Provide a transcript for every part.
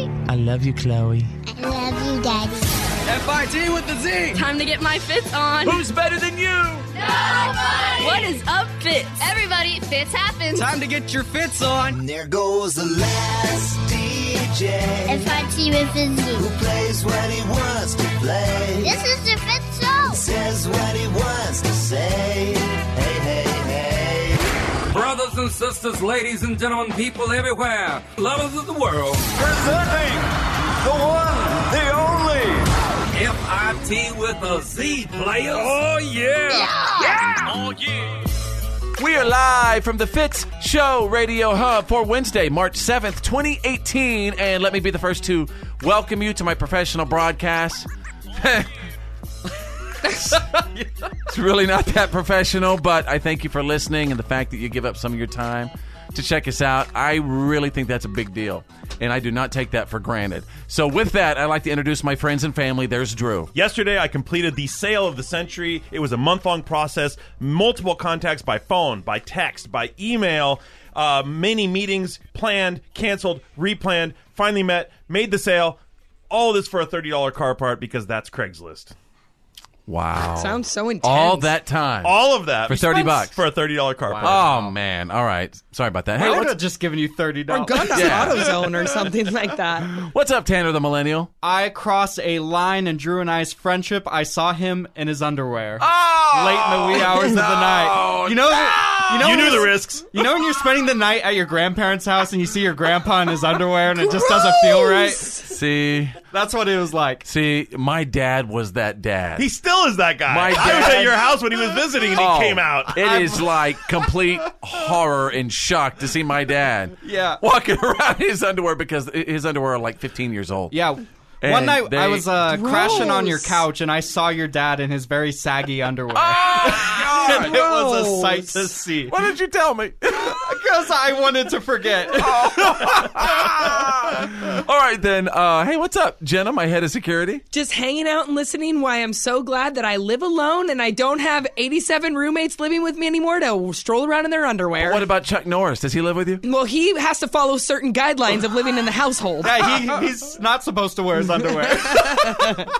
love you, Chloe. I love you, Daddy. FIT with the Z. Time to get my fits on. Who's better than you? What is up, fits? Everybody, fits happens. Time to get your fits on. There goes the last DJ If I see with who Fizzy. plays what he wants to play, This is the Fitz Show. says what he wants to say. Hey, hey, hey. Brothers and sisters, ladies and gentlemen, people everywhere, lovers of the world, Presenting the one, the only. FIT with a Z player. Oh, yeah. We are live from the Fitz Show Radio Hub for Wednesday, March 7th, 2018. And let me be the first to welcome you to my professional broadcast. it's really not that professional, but I thank you for listening and the fact that you give up some of your time to check us out. I really think that's a big deal, and I do not take that for granted. So, with that, I'd like to introduce my friends and family. There's Drew. Yesterday, I completed the sale of the century. It was a month long process, multiple contacts by phone, by text, by email, uh, many meetings planned, canceled, replanned, finally met, made the sale. All this for a $30 car part because that's Craigslist. Wow. Sounds so intense. All that time. All of that For 30 bucks. for a $30 car part. Oh man! All right, sorry about that. Hey, I would what's, have just given you thirty Or dollars. gone to Yeah. AutoZone or something like that. what's up, Tanner the Millennial? I crossed a line in Drew and I's friendship. I saw him in his underwear Oh, late in the wee hours of the night. You know, that- you know, You when knew the you're- risks. You know when you're spending the night at your grandparents' house and you see your grandpa in his underwear and it just doesn't feel right? See, That's what it was like. see, my dad was that dad. He still is that guy. My I was dad- at your house when he was visiting and he Oh, came out. It is like complete horror and shock to see my dad. Yeah. walking around in his underwear because his underwear are like 15 years old. Yeah. And One night they- I was uh, crashing on your Gross. couch and I saw your dad in his very saggy underwear. Oh, and it was a gross. sight to see. Why did you tell me? Because I wanted to forget. All right then. Uh, hey, what's up, Jenna? My head of security. Just hanging out and listening. Why I'm so glad that I live alone and I don't have 87 roommates living with me anymore to stroll around in their underwear. What about Chuck Norris? Does he live with you? well, he has to follow certain guidelines of living in the household. yeah, he, he's not supposed to wear his underwear.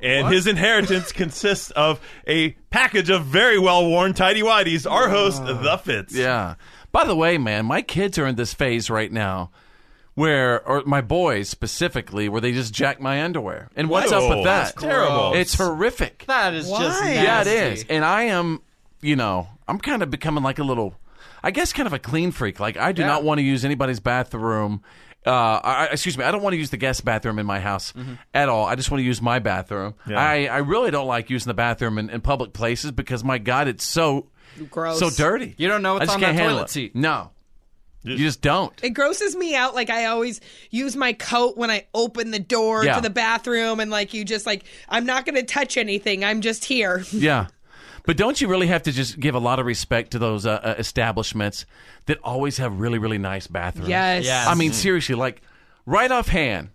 And his inheritance consists of a package of very well worn tidy whities. Our host, Ah. The Fitz. Yeah. By the way, man, my kids are in this phase right now where, or my boys specifically, where they just jack my underwear. And what's up Whoa, with that? that's terrible. It's horrific. That is just Why? nasty. yeah, it is. And I am, you know, I'm kind of becoming like a little, I guess, kind of a clean freak. Like, I do not want to use anybody's bathroom. Uh, I, I- excuse me. I don't want to use the guest bathroom in my house Mm-hmm. at all. I just want to use my bathroom. I, I really don't like using the bathroom in, in public places because my God, it's so Gross. so dirty. You don't know what's I just on can't that handle it. toilet seat. No, you just don't. It grosses me out. Like I always use my coat when I open the door Yeah. to the bathroom, and like you just like I'm not going to touch anything. I'm just here. Yeah. But don't you really have to just give a lot of respect to those uh, uh, establishments that always have really, really nice bathrooms? Yes. Yes. I mean, seriously, like right offhand,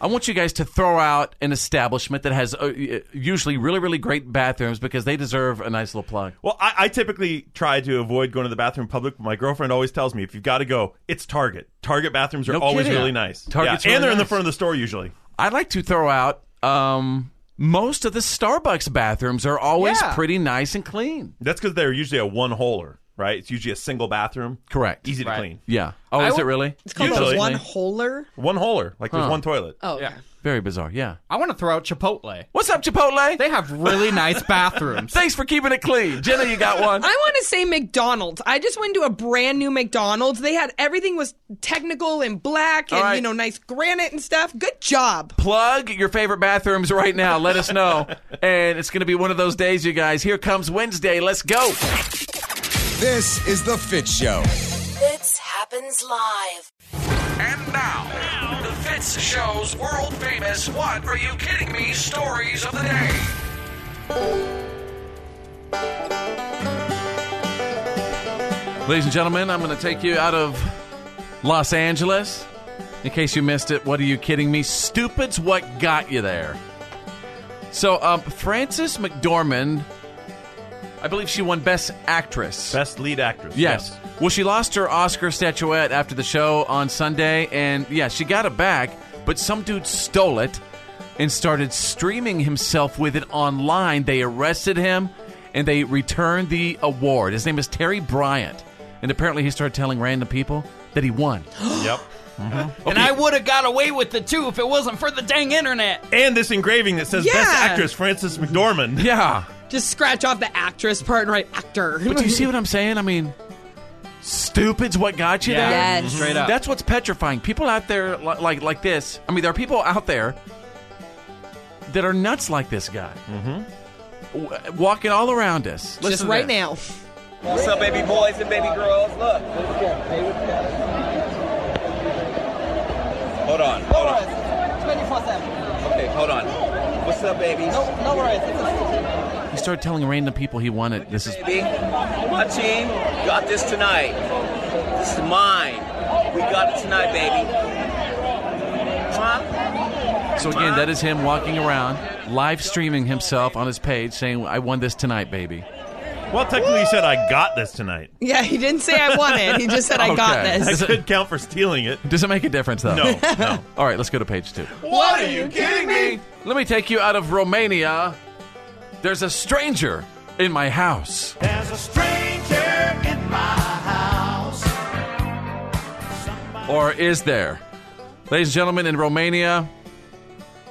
I want you guys to throw out an establishment that has uh, usually really, really great bathrooms because they deserve a nice little plug. Well, I, I typically try to avoid going to the bathroom in public. My girlfriend always tells me if you've got to go, it's Target. Target bathrooms are No always kidding. really nice. Target's yeah. really and they're in the nice. front of the store usually. I'd like to throw out um, most of the Starbucks bathrooms are always Yeah. pretty nice and clean. That's because they're usually a one holer, right? It's usually a single bathroom. Correct. Easy to Right. clean. Yeah. Oh, I is w- it really? It's called Usually. a one holer. One holer, like there's one toilet. Oh, yeah. Very bizarre. Yeah. I want to throw out Chipotle. What's up, Chipotle? They have really nice bathrooms. Thanks for keeping it clean. Jenna, you got one? I want to say McDonald's. I just went to a brand new McDonald's. They had everything was technical and black and All right. you know nice granite and stuff. Good job. plug your favorite bathrooms right now. Let us know. and it's going to be one of those days, you guys. Here comes Wednesday. Let's go. This is The Fit Show. Fits happens live. And now, the Fitz Show's world famous What Are You Kidding Me stories of the day. Ladies and gentlemen, I'm going to take you out of Los Angeles. In case you missed it, what are you kidding me? Stupid's what got you there. So, um, Frances McDormand, I believe she won Best Actress. Best lead actress. Yes. Well, she lost her Oscar statuette after the show on Sunday, and yeah, she got it back, but some dude stole it and started streaming himself with it online. They arrested him and they returned the award. His name is Terry Bryant, and apparently he started telling random people that he won. Yep. And I would have got away with it too if it wasn't for the dang internet. And this engraving that says Best Yeah. Actress Frances McDormand. Yeah, Just scratch off the actress part and write actor. but do you see what I'm saying? I mean. Stupid's what got you Yeah. there. Yes. Mm-hmm. Straight up. That's what's petrifying. People out there li- like like this. I mean, there are people out there that are nuts like this guy, mm-hmm. walking all around us. Just Listen to right this. now. What's up, baby boys and baby girls? Look. Hold on. Hold on. 24 7. Okay, hold on. What's up, babies? He started telling random people he won it. This is Baby, my team got this tonight. This is mine. We got it tonight, baby. Huh? so again. That is him walking around, live streaming himself on his page, saying, "I won this tonight, baby." Well, technically, he said, I got this tonight. Yeah, he didn't say I won it. He just said I got Okay. this. That Is it- could count for stealing it. Does it make a difference though? No, no. All right, let's go to page two. What are you kidding me? Let me take you out of Romania. There's a stranger in my house. There's a stranger in my house. Or is there? Ladies and gentlemen, in Romania,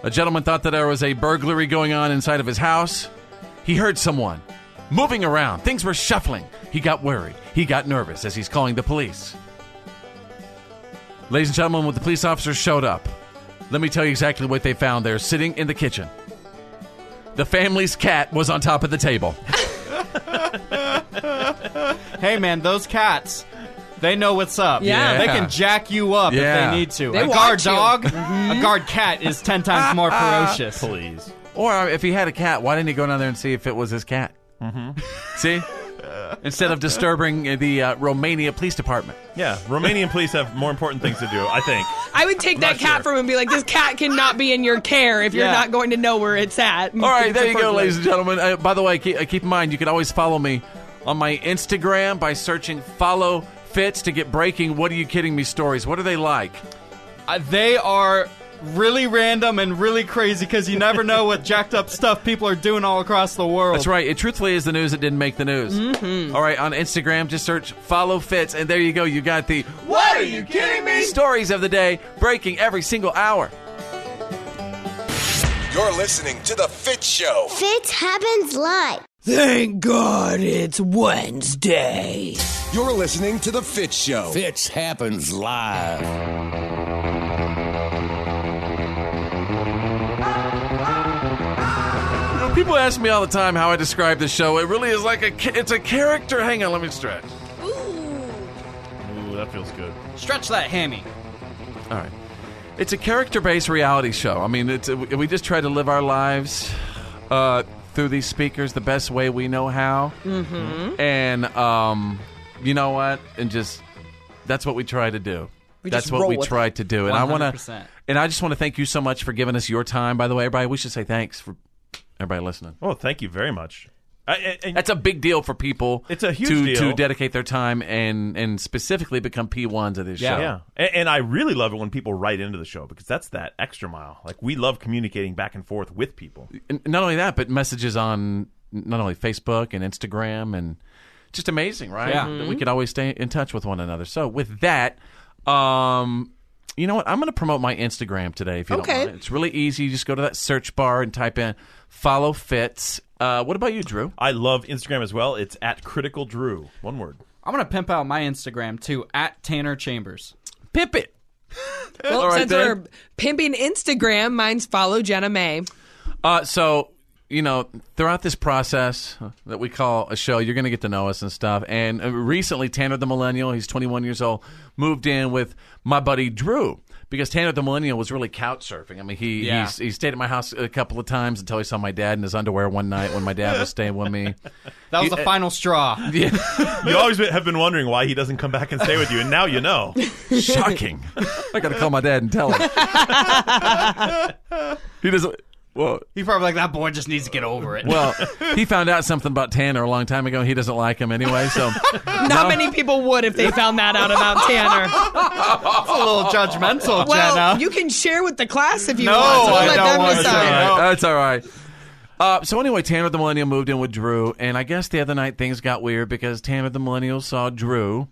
a gentleman thought that there was a burglary going on inside of his house. He heard someone moving around, things were shuffling. He got worried, he got nervous as he's calling the police. Ladies and gentlemen, when the police officers showed up, let me tell you exactly what they found there sitting in the kitchen. The family's cat was on top of the table. Hey, man, those cats. They know what's up. Yeah. They can jack you up Yeah. if they need to. They a guard want Mm-hmm. you. dog, a guard cat is 10 times more ferocious. Please. Or uh, if he had a cat, why didn't he go down there and see if it was his cat? Mm-hmm. see? Instead of disturbing uh, the uh, Romania police department. Yeah, Romanian police have more important things to do, I think. I would take that Not cat sure. from him and be like, this cat cannot be in your care if you're Yeah. not going to know where it's at. All right, there It's a you go, burglar. ladies and gentlemen. Uh, by the way, keep, uh, keep in mind, you can always follow me on my Instagram by searching follow fits to get breaking what are you kidding me stories. What are they like? Uh, they are really random and really crazy because you never know what jacked up stuff people are doing all across the world. That's right. It truthfully is the news that didn't make the news. Mm-hmm. right, on Instagram, just search follow fits, and there you go. You got the what are you kidding me stories of the day breaking every single hour. You're listening to The Fit Show. Fits happens live. Thank God it's Wednesday. You're listening to The Fit Show. Fitch happens live. You know, people ask me all the time how I describe the show. It really is like a ca- it's a character. Hang on, let me stretch. Ooh, that feels good. Stretch that hammy. All right, it's a character-based reality show. I mean, it's we just try to live our lives uh, through these speakers the best way we know how, mm-hmm. and um, you know what? And just that's what we try to do. We that's just what roll we with try to do. And I want to, 100%. and I just want to thank you so much for giving us your time. By the way, everybody, we should say thanks for everybody listening. Oh, thank you very much. I, I- I- That's a big deal for people. It's a huge to, deal. to dedicate their time and and specifically become P ones of this show. yeah. And, and I really love it when people write into the show because that's that extra mile. Like, we love communicating back and forth with people. And not only that, but messages on not only Facebook and Instagram and just amazing, right? Yeah. That We could always stay in touch with one another. So with that, um, you know what? I'm going to promote my Instagram today. If you Okay. don't mind, it's really easy. You just go to that search bar and type in "follow fits." Uh, what about you, Drew? I love Instagram as well. It's at Critical Drew. One word. I'm going to pimp out my Instagram too, at Tanner Chambers. Pip it. Well, All right, since then. we're pimping Instagram, mine's follow Jenna May. Uh, so you know, throughout this process that we call a show, you're going to get to know us and stuff. And uh, recently, Tanner the Millennial, he's 21 years old, moved in with my buddy Drew because Tanner the Millennial was really couch surfing. I mean, he Yeah. he's, he stayed at my house a couple of times until he saw my dad in his underwear one night when my dad was staying with me. uh, That was the final straw. You always have been wondering why he doesn't come back and stay with you, and now you know. Shocking! I got to call my dad and tell him. he doesn't. Well, He probably like that boy just needs to get over it. well, he found out something about Tanner a long time ago. He doesn't like him anyway, so Not many people would if they found that out about Tanner. That's a little judgmental, Well, Jenna. you can share with the class if you No, want. So we'll I let don't them want to. decide. Sorry. All right, That's all right. Uh, so anyway, Tanner the Millennial moved in with Drew, and I guess the other night things got weird because Tanner the Millennial saw Drew,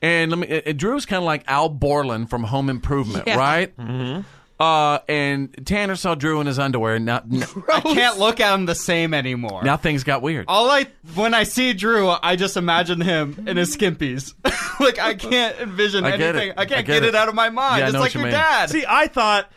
and let me, uh, Drew's kind of like Al Borland from Home Improvement, Yeah. right? Mm-hmm. Uh, and Tanner saw Drew in his underwear, and now, I can't look at him the same anymore. now things got weird. All I when I see Drew, I just imagine him in his skimpies. like I can't envision I get anything. it. I can't I get, it. out of my mind. Yeah, I it's know like what you your mean. dad. See, I thought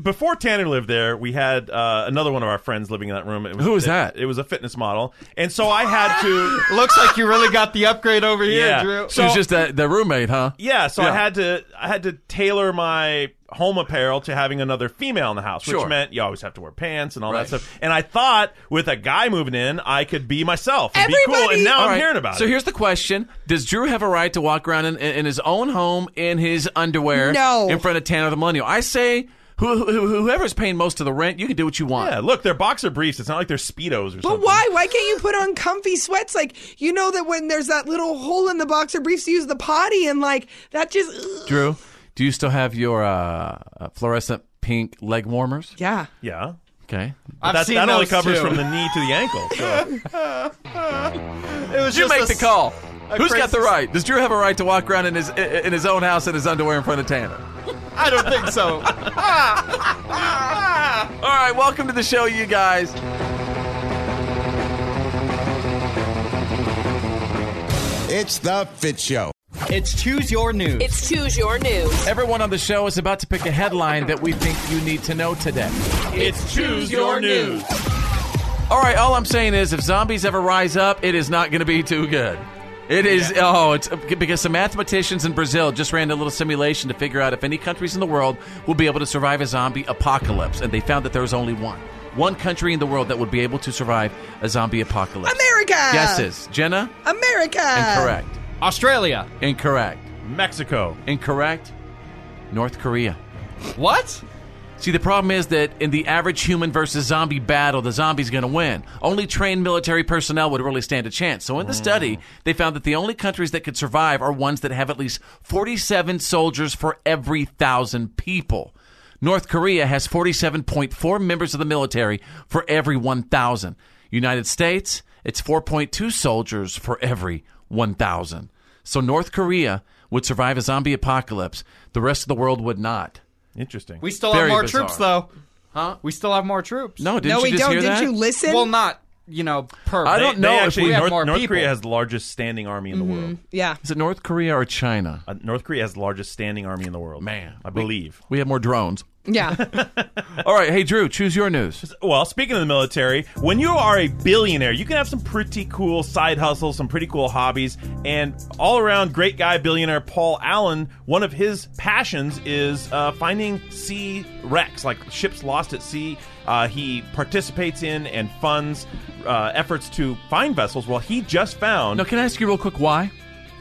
before Tanner lived there, we had uh, another one of our friends living in that room. It was, Who was it- that? It, was a fitness model, and so I had to. Looks like you really got the upgrade over here, Yeah. Drew. She was just the, the roommate, huh? Yeah, so I Yeah. had to I had to tailor my home apparel to having another female in the house, which Sure. meant you always have to wear pants and all Right. that stuff. And I thought with a guy moving in, I could be myself and be cool. Everybody- And now All I'm right, hearing about so it. here's the question: Does Drew have a right to walk around in, in his own home in his underwear, No. in front of Tanner the Millennial? I say, who, who, whoever's paying most of the rent, you can do what you want. yeah, look, they're boxer briefs. It's not like they're speedos or But something. why? Why can't you put on comfy sweats? Like you know that when there's that little hole in the boxer briefs, you use the potty, and like that just ugh. Drew, do you still have your uh, uh, fluorescent pink leg warmers? yeah. Yeah, Okay. I've that, seen that only those covers too. from the knee to the ankle. So. It was You just make a the s- call. a Who's got crazy- the right? Does Drew have a right to walk around in his in his own house in his underwear in front of Tanner? I don't think so. All right, welcome to the show, you guys. It's the Fit Show. it's choose your news. It's Choose Your News. Everyone on the show is about to pick a headline that we think you need to know today. it's choose your news. All right, all I'm saying is if zombies ever rise up, it is not going to be too good. It is oh, it's because some mathematicians in Brazil just ran a little simulation to figure out if any countries in the world will be able to survive a zombie apocalypse, and they found that there was only one, one country in the world that would be able to survive a zombie apocalypse. America. Guesses, Jenna? America. Incorrect. Australia. Incorrect. Mexico. Incorrect. North Korea. What? See, the problem is that in the average human versus zombie battle, the zombie's going to win. Only trained military personnel would really stand a chance. So, in Mm. the study, they found that the only countries that could survive are ones that have at least 47 soldiers for every thousand people. North Korea has 47.4 members of the military for every 1,000. United States, it's 4.2 soldiers for every 1,000. So, North Korea would survive a zombie apocalypse. The rest of the world would not. Interesting. We still Very have more bizarre. troops though. Huh? We still have more troops. No, didn't no, you we just don't. hear Didn't that? you listen? Well, not you know per. I don't They know if actually, we have North, more North people. Korea has the largest standing army in the world. yeah. Is it North Korea or China? Uh, North Korea has the largest standing army in the world. Man. I believe. We have more drones. Yeah. All right, hey Drew, choose your news. Well, speaking of the military, when you are a billionaire, you can have some pretty cool side hustles, some pretty cool hobbies, and all around great guy billionaire Paul Allen, one of his passions is uh, finding sea wrecks, like ships lost at sea. Uh, he participates in and funds uh, efforts to find vessels. Well, he just found. Now, can I ask you real quick why?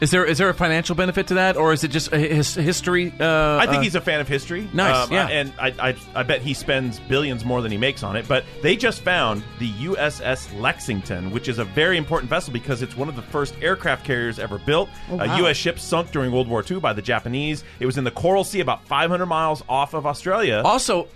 Is there is there a financial benefit to that, or is it just a his, history? Uh, I think uh, he's a fan of history. Nice, yeah. And Um, I, I, I bet he spends billions more than he makes on it. But they just found the USS Lexington, which is a very important vessel because it's one of the first aircraft carriers ever built. Oh, A U.S. ship sunk during World War II by the Japanese. It was in the Coral Sea, about 500 miles off of Australia. also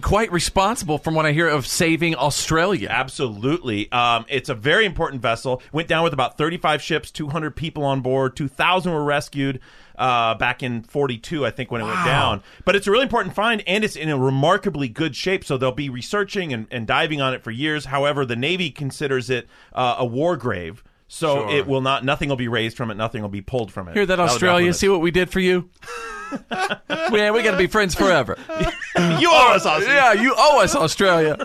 quite responsible from what I hear of saving Australia. Absolutely. Um, it's a very important vessel. Went down with about 35 ships, 200 people on board, 2,000 were rescued uh, back in 42, I think, when it went down. But it's a really important find, and it's in a remarkably good shape, so they'll be researching and, and diving on it for years. However, the Navy considers it uh, a war grave. So Sure. it will not. Nothing will be raised from it. Nothing will be pulled from it. Hear that, That would be off Australia? limits. See what we did for you? yeah, we got to be friends forever. you owe us, Aussie. yeah, you owe us, Australia.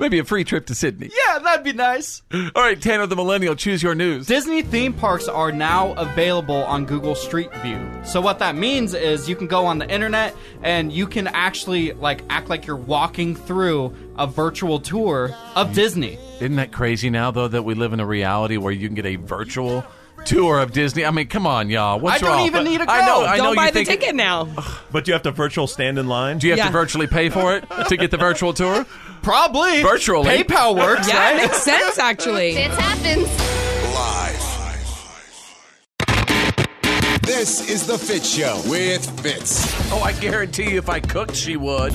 Maybe a free trip to Sydney. Yeah, that'd be nice. All right, Tanner the Millennial, choose your news. Disney theme parks are now available on Google Street View. So what that means is you can go on the internet and you can actually like act like you're walking through a virtual tour of Disney. Isn't that crazy now, though, that we live in a reality where you can get a virtual tour of Disney. I mean, come on, y'all. What's I don't wrong? even need to I know. go. I know Don't you buy the think- ticket now. But do you have to virtual stand in line? Do you have to virtually pay for it to get the virtual tour? Probably. Virtually. PayPal works, yeah, it makes sense actually. Fits happens. Live. This is The Fit Show with Fitz. Oh, I guarantee you if I cooked, she would.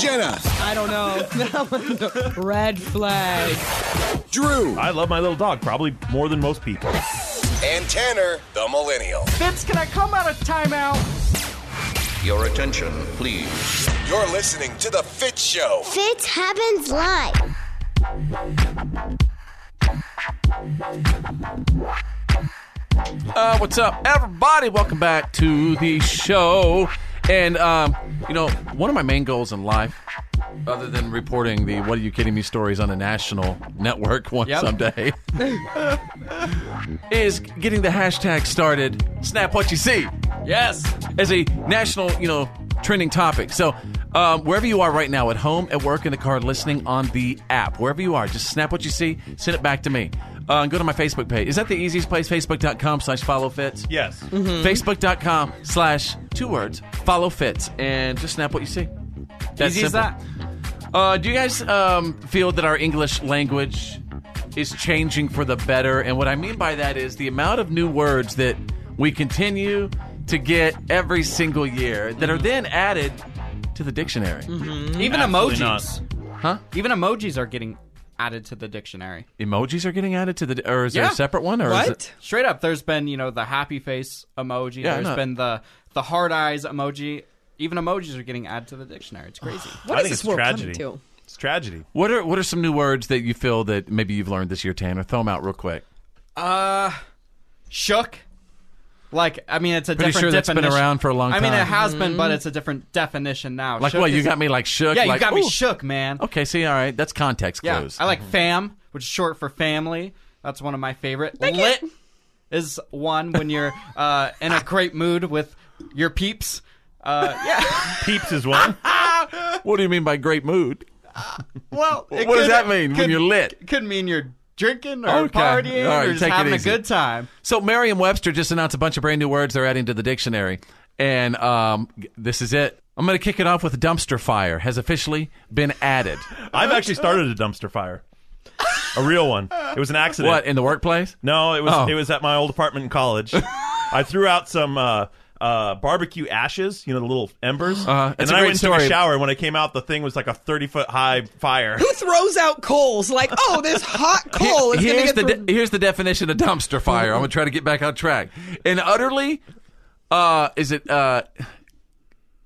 Jenna. I don't know. That was a red flag. Drew. I love my little dog, probably more than most people. And Tanner, the Millennial. Fitz, can I come out of timeout? Your attention, please. You're listening to The Fit Show. Fits happens live. Uh, what's up, everybody? Welcome back to the show. And um, you know, one of my main goals in life, other than reporting the "What Are You Kidding Me" stories on a national network one Yep. someday, is getting the hashtag started. Snap what you see Yes. as a national, you know, trending topic. So, um, wherever you are right now, at home, at work, in the car, listening on the app, wherever you are, just snap what you see, send it back to me. Uh, and go to my Facebook page. Is that the easiest place? Facebook.com slash follow fits? Yes. Facebook.com slash two words follow fits and just snap what you see. That's Easy as simple. that. Uh, do you guys um, feel that our English language is changing for the better? And what I mean by that is the amount of new words that we continue to get every single year that are then added to the dictionary. Even Absolutely emojis. Huh? Even emojis are getting added to the dictionary. Emojis are getting added to the, or is there Yeah. a separate one? Or Is What? it, Straight up, there's been, you know, the happy face emoji. Yeah, I there's know. been the the hard eyes emoji. Even emojis are getting added to the dictionary. It's crazy. What I is think this it's world coming tragedy. to? It's tragedy. what are what are some new words that you feel that maybe you've learned this year, Tanner? Throw them out real quick. Uh, shook. Like, I mean, it's a Pretty different sure that's been definition. around for a long I mean, it time. has been, but it's a different definition now. Like Oh, Shook what? You is- got me like shook. Yeah, like, you got me ooh. shook, man. Okay, see, all right, that's context Yeah, clues. Mm-hmm. I like fam, which is short for family. That's one of my favorite. Lit is one when you're uh, in a great mood with your peeps. Uh, yeah. Peeps is one. What do you mean by great mood? Well, it What does could- that mean when could- you're lit? Could mean you're drinking or Okay. partying All right, or just take it having a easy. good time. So Merriam-Webster just announced a bunch of brand new words they're adding to the dictionary, and um, g- this is it. I'm going to kick it off with dumpster fire has officially been added. Oh, I've actually started a dumpster fire. A real one. It was an accident. what in the workplace? No, it was Oh. it was at my old apartment in college. I threw out some uh, uh, barbecue ashes, you know, the little embers, Uh-huh. and That's then a I great went and took a story. shower. And when I came out, the thing was like a thirty foot high fire. Who throws out coals? Like, oh, there's hot coal. It's gonna here's the get through- de- here's the definition of dumpster fire. I'm going to try to get back on track. And utterly, uh, is it uh,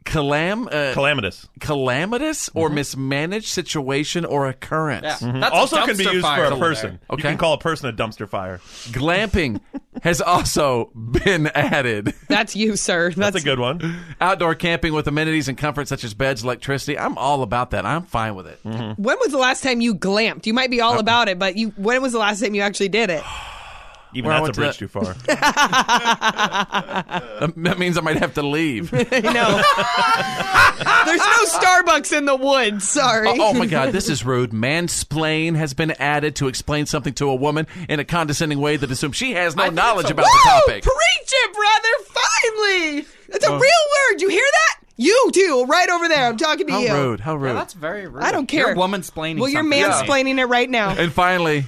calam uh, Calamitous. Mm-hmm. calamitous or mismanaged situation or occurrence? Yeah. That's a also can be dumpster used fire for a over person. there. Okay. You can call a person a dumpster fire. Glamping has also been added. That's you, sir. That's, That's a good one. Outdoor camping with amenities and comforts such as beds, electricity. I'm all about that. I'm fine with it. Mm-hmm. When was the last time you glamped? You might be Uh, all about it, but you. When was the last time you actually did it? Even Well, I went that's a to bridge too far. that- That- That means I might have to leave. oh, No. There's no Starbucks in the woods. Sorry. oh my God, this is rude. Mansplain has been added to explain something to a woman in a condescending way that assumes she has no knowledge about the Woo! topic. Preach it, brother! Finally, it's a real word. You hear that? You do right over there. I'm talking to How you. rude. How rude. Yeah, that's very rude. I don't care. You're womansplaining. Well, you're something to me. mansplaining it right now. and finally,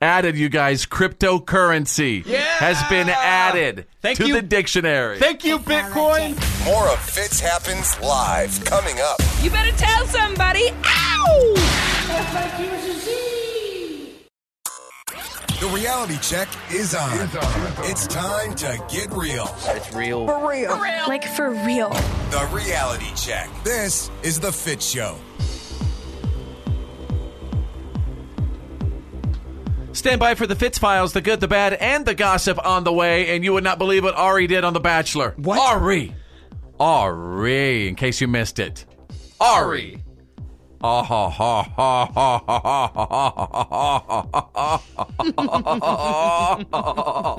added you guys, cryptocurrency has been added Thank to you. the dictionary. Thank you, Bitcoin. More of Fitz Happens Live coming up. You better tell somebody. Ow! The reality check is on. It's time to get real. Like for real. The reality check. This is The Fit Show. Stand by for the Fitz files, the good, the bad, and the gossip on the way. And you would not believe what Ari did on The Bachelor. What? Ari. Ari, in case you missed it. Ari. Ah ha ha ha ha ha ha ha ha ha ha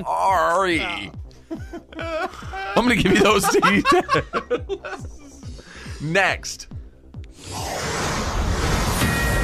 ha Ari. I'm gonna give you those details. Next.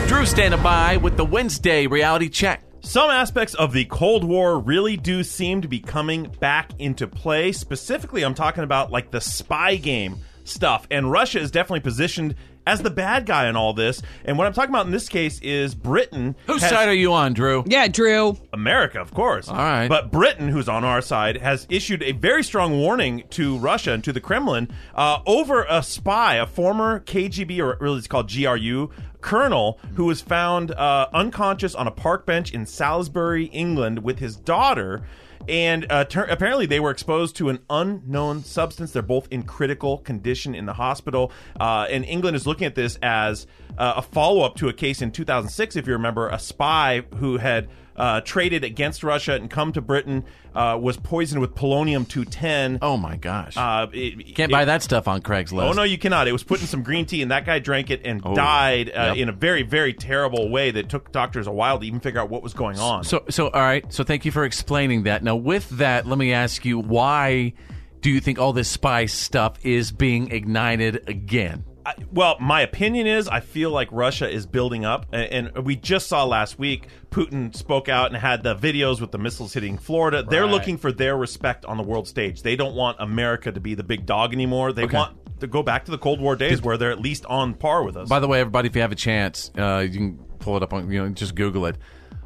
Drew standing by with the Wednesday reality check. Some aspects of the Cold War really do seem to be coming back into play. Specifically, I'm talking about like the spy game stuff. And Russia is definitely positioned as the bad guy in all this. And what I'm talking about in this case is Britain. Whose side are you on, Drew? Yeah, Drew. America, of course. All right. But Britain, who's on our side, has issued a very strong warning to Russia and to the Kremlin uh, over a spy, a former KGB, or really it's called GRU, colonel who was found uh, unconscious on a park bench in Salisbury, England, with his daughter. And uh, tur apparently, they were exposed to an unknown substance. They're both in critical condition in the hospital. Uh, and England is looking at this as uh, a follow up to a case in 2006, if you remember, a spy who had uh, traded against Russia and come to Britain uh, was poisoned with polonium 210. Oh my gosh! Uh, it, Can't buy that stuff on Craigslist. Oh no, you cannot. It was put in some green tea, and that guy drank it and died uh, Oh, Yep. in a very, very terrible way that took doctors a while to even figure out what was going on. So, so all right. So, thank you for explaining that. Now, with that, let me ask you: Why do you think all this spy stuff is being ignited again? I, well, my opinion is I feel like Russia is building up, a- and, and we just saw last week Putin spoke out and had the videos with the missiles hitting Florida. They're Right. looking for their respect on the world stage. They don't want America to be the big dog anymore. They want to go back to the Cold War days where they're at least on par with us. By the way, everybody, if you have a chance, uh, you can pull it up on you know just Google it.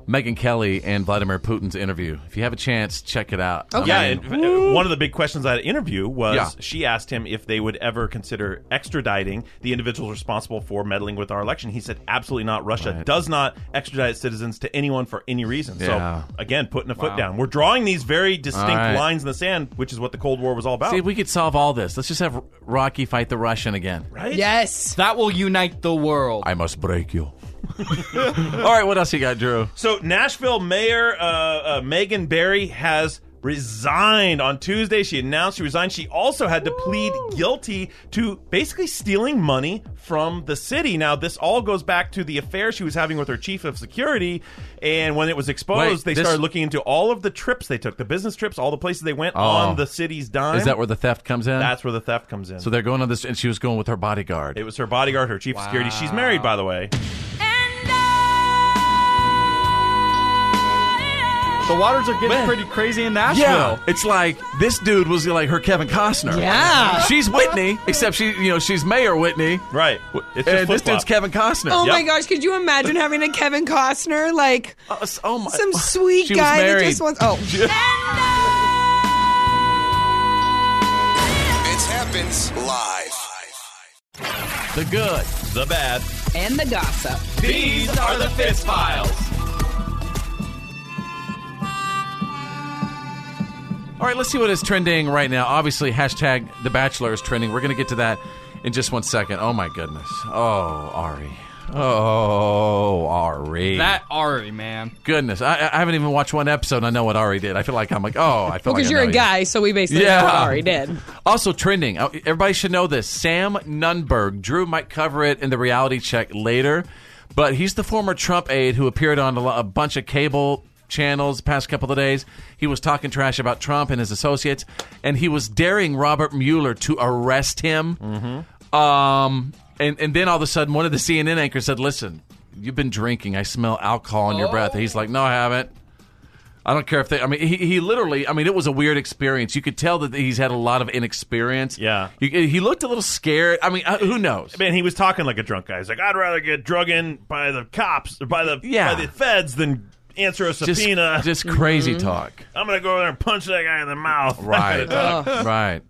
Megan Kelly and Vladimir Putin's interview. If you have a chance, check it out. I Yeah, mean, and uh, one of the big questions at interview was Yeah. she asked him if they would ever consider extraditing the individuals responsible for meddling with our election. He said, "Absolutely not. Russia does not extradite citizens to anyone for any reason." Yeah. So again, putting a foot Wow. down. We're drawing these very distinct All right. lines in the sand, which is what the Cold War was all about. see if we could solve all this. Let's just have Rocky fight the Russian again. right? Yes. That will unite the world. I must break you. all right, what else you got, Drew? So Nashville Mayor uh, uh, Megan Barry has resigned on Tuesday. She announced she resigned. She also had to plead guilty to basically stealing money from the city. Now this all goes back to the affair she was having with her chief of security, and when it was exposed, Wait, they this- started looking into all of the trips they took, the business trips, all the places they went Oh. on the city's dime. Is that where the theft comes in? That's where the theft comes in. so they're going on this, and she was going with her bodyguard. it was her bodyguard, her chief of security. She's married, by the way. The waters are getting Man. pretty crazy in Nashville. Yeah, it's like this dude was like her Kevin Costner. Yeah. she's Whitney, except she, you know, she's Mayor Whitney, Right. It's just and this flip-flop. dude's Kevin Costner. Oh my Yep. gosh, could you imagine having a Kevin Costner like Oh, s- oh my, some sweet She was guy that married. just wants Oh, It happens live. the good. the bad. and the gossip. These are the Fist Files. All right, let's see what is trending right now. Obviously, hashtag The Bachelor is trending. We're going to get to that in just one second. Oh my goodness. Oh Ari. Oh Ari. That Ari, man. goodness. I, I haven't even watched one episode. and I know what Ari did. I feel like I'm like oh. I feel Well, like because I you're know a you. guy, so we basically know what Ari did. Also trending. Uh, Everybody should know this. Sam Nunberg. Drew might cover it in the reality check later, but he's the former Trump aide who appeared on a, lo- a bunch of cable channels the past couple of days. He was talking trash about Trump and his associates, and he was daring Robert Mueller to arrest him. Um, and, and then all of a sudden, one of the CNN anchors said, Listen, you've been drinking. I smell alcohol in your breath. And he's like, No, I haven't. I don't care if they. I mean, he, he literally. I mean, it was a weird experience. You could tell that he's had a lot of inexperience. Yeah. You, he looked a little scared. I mean, uh, who knows? Man, he was talking like a drunk guy. He's like, I'd rather get drug in by the cops or by the Yeah. by the feds than answer a Just, subpoena. just crazy Mm-hmm. Mm-hmm. talk. I'm gonna go over there and punch that guy in the mouth. Right. right.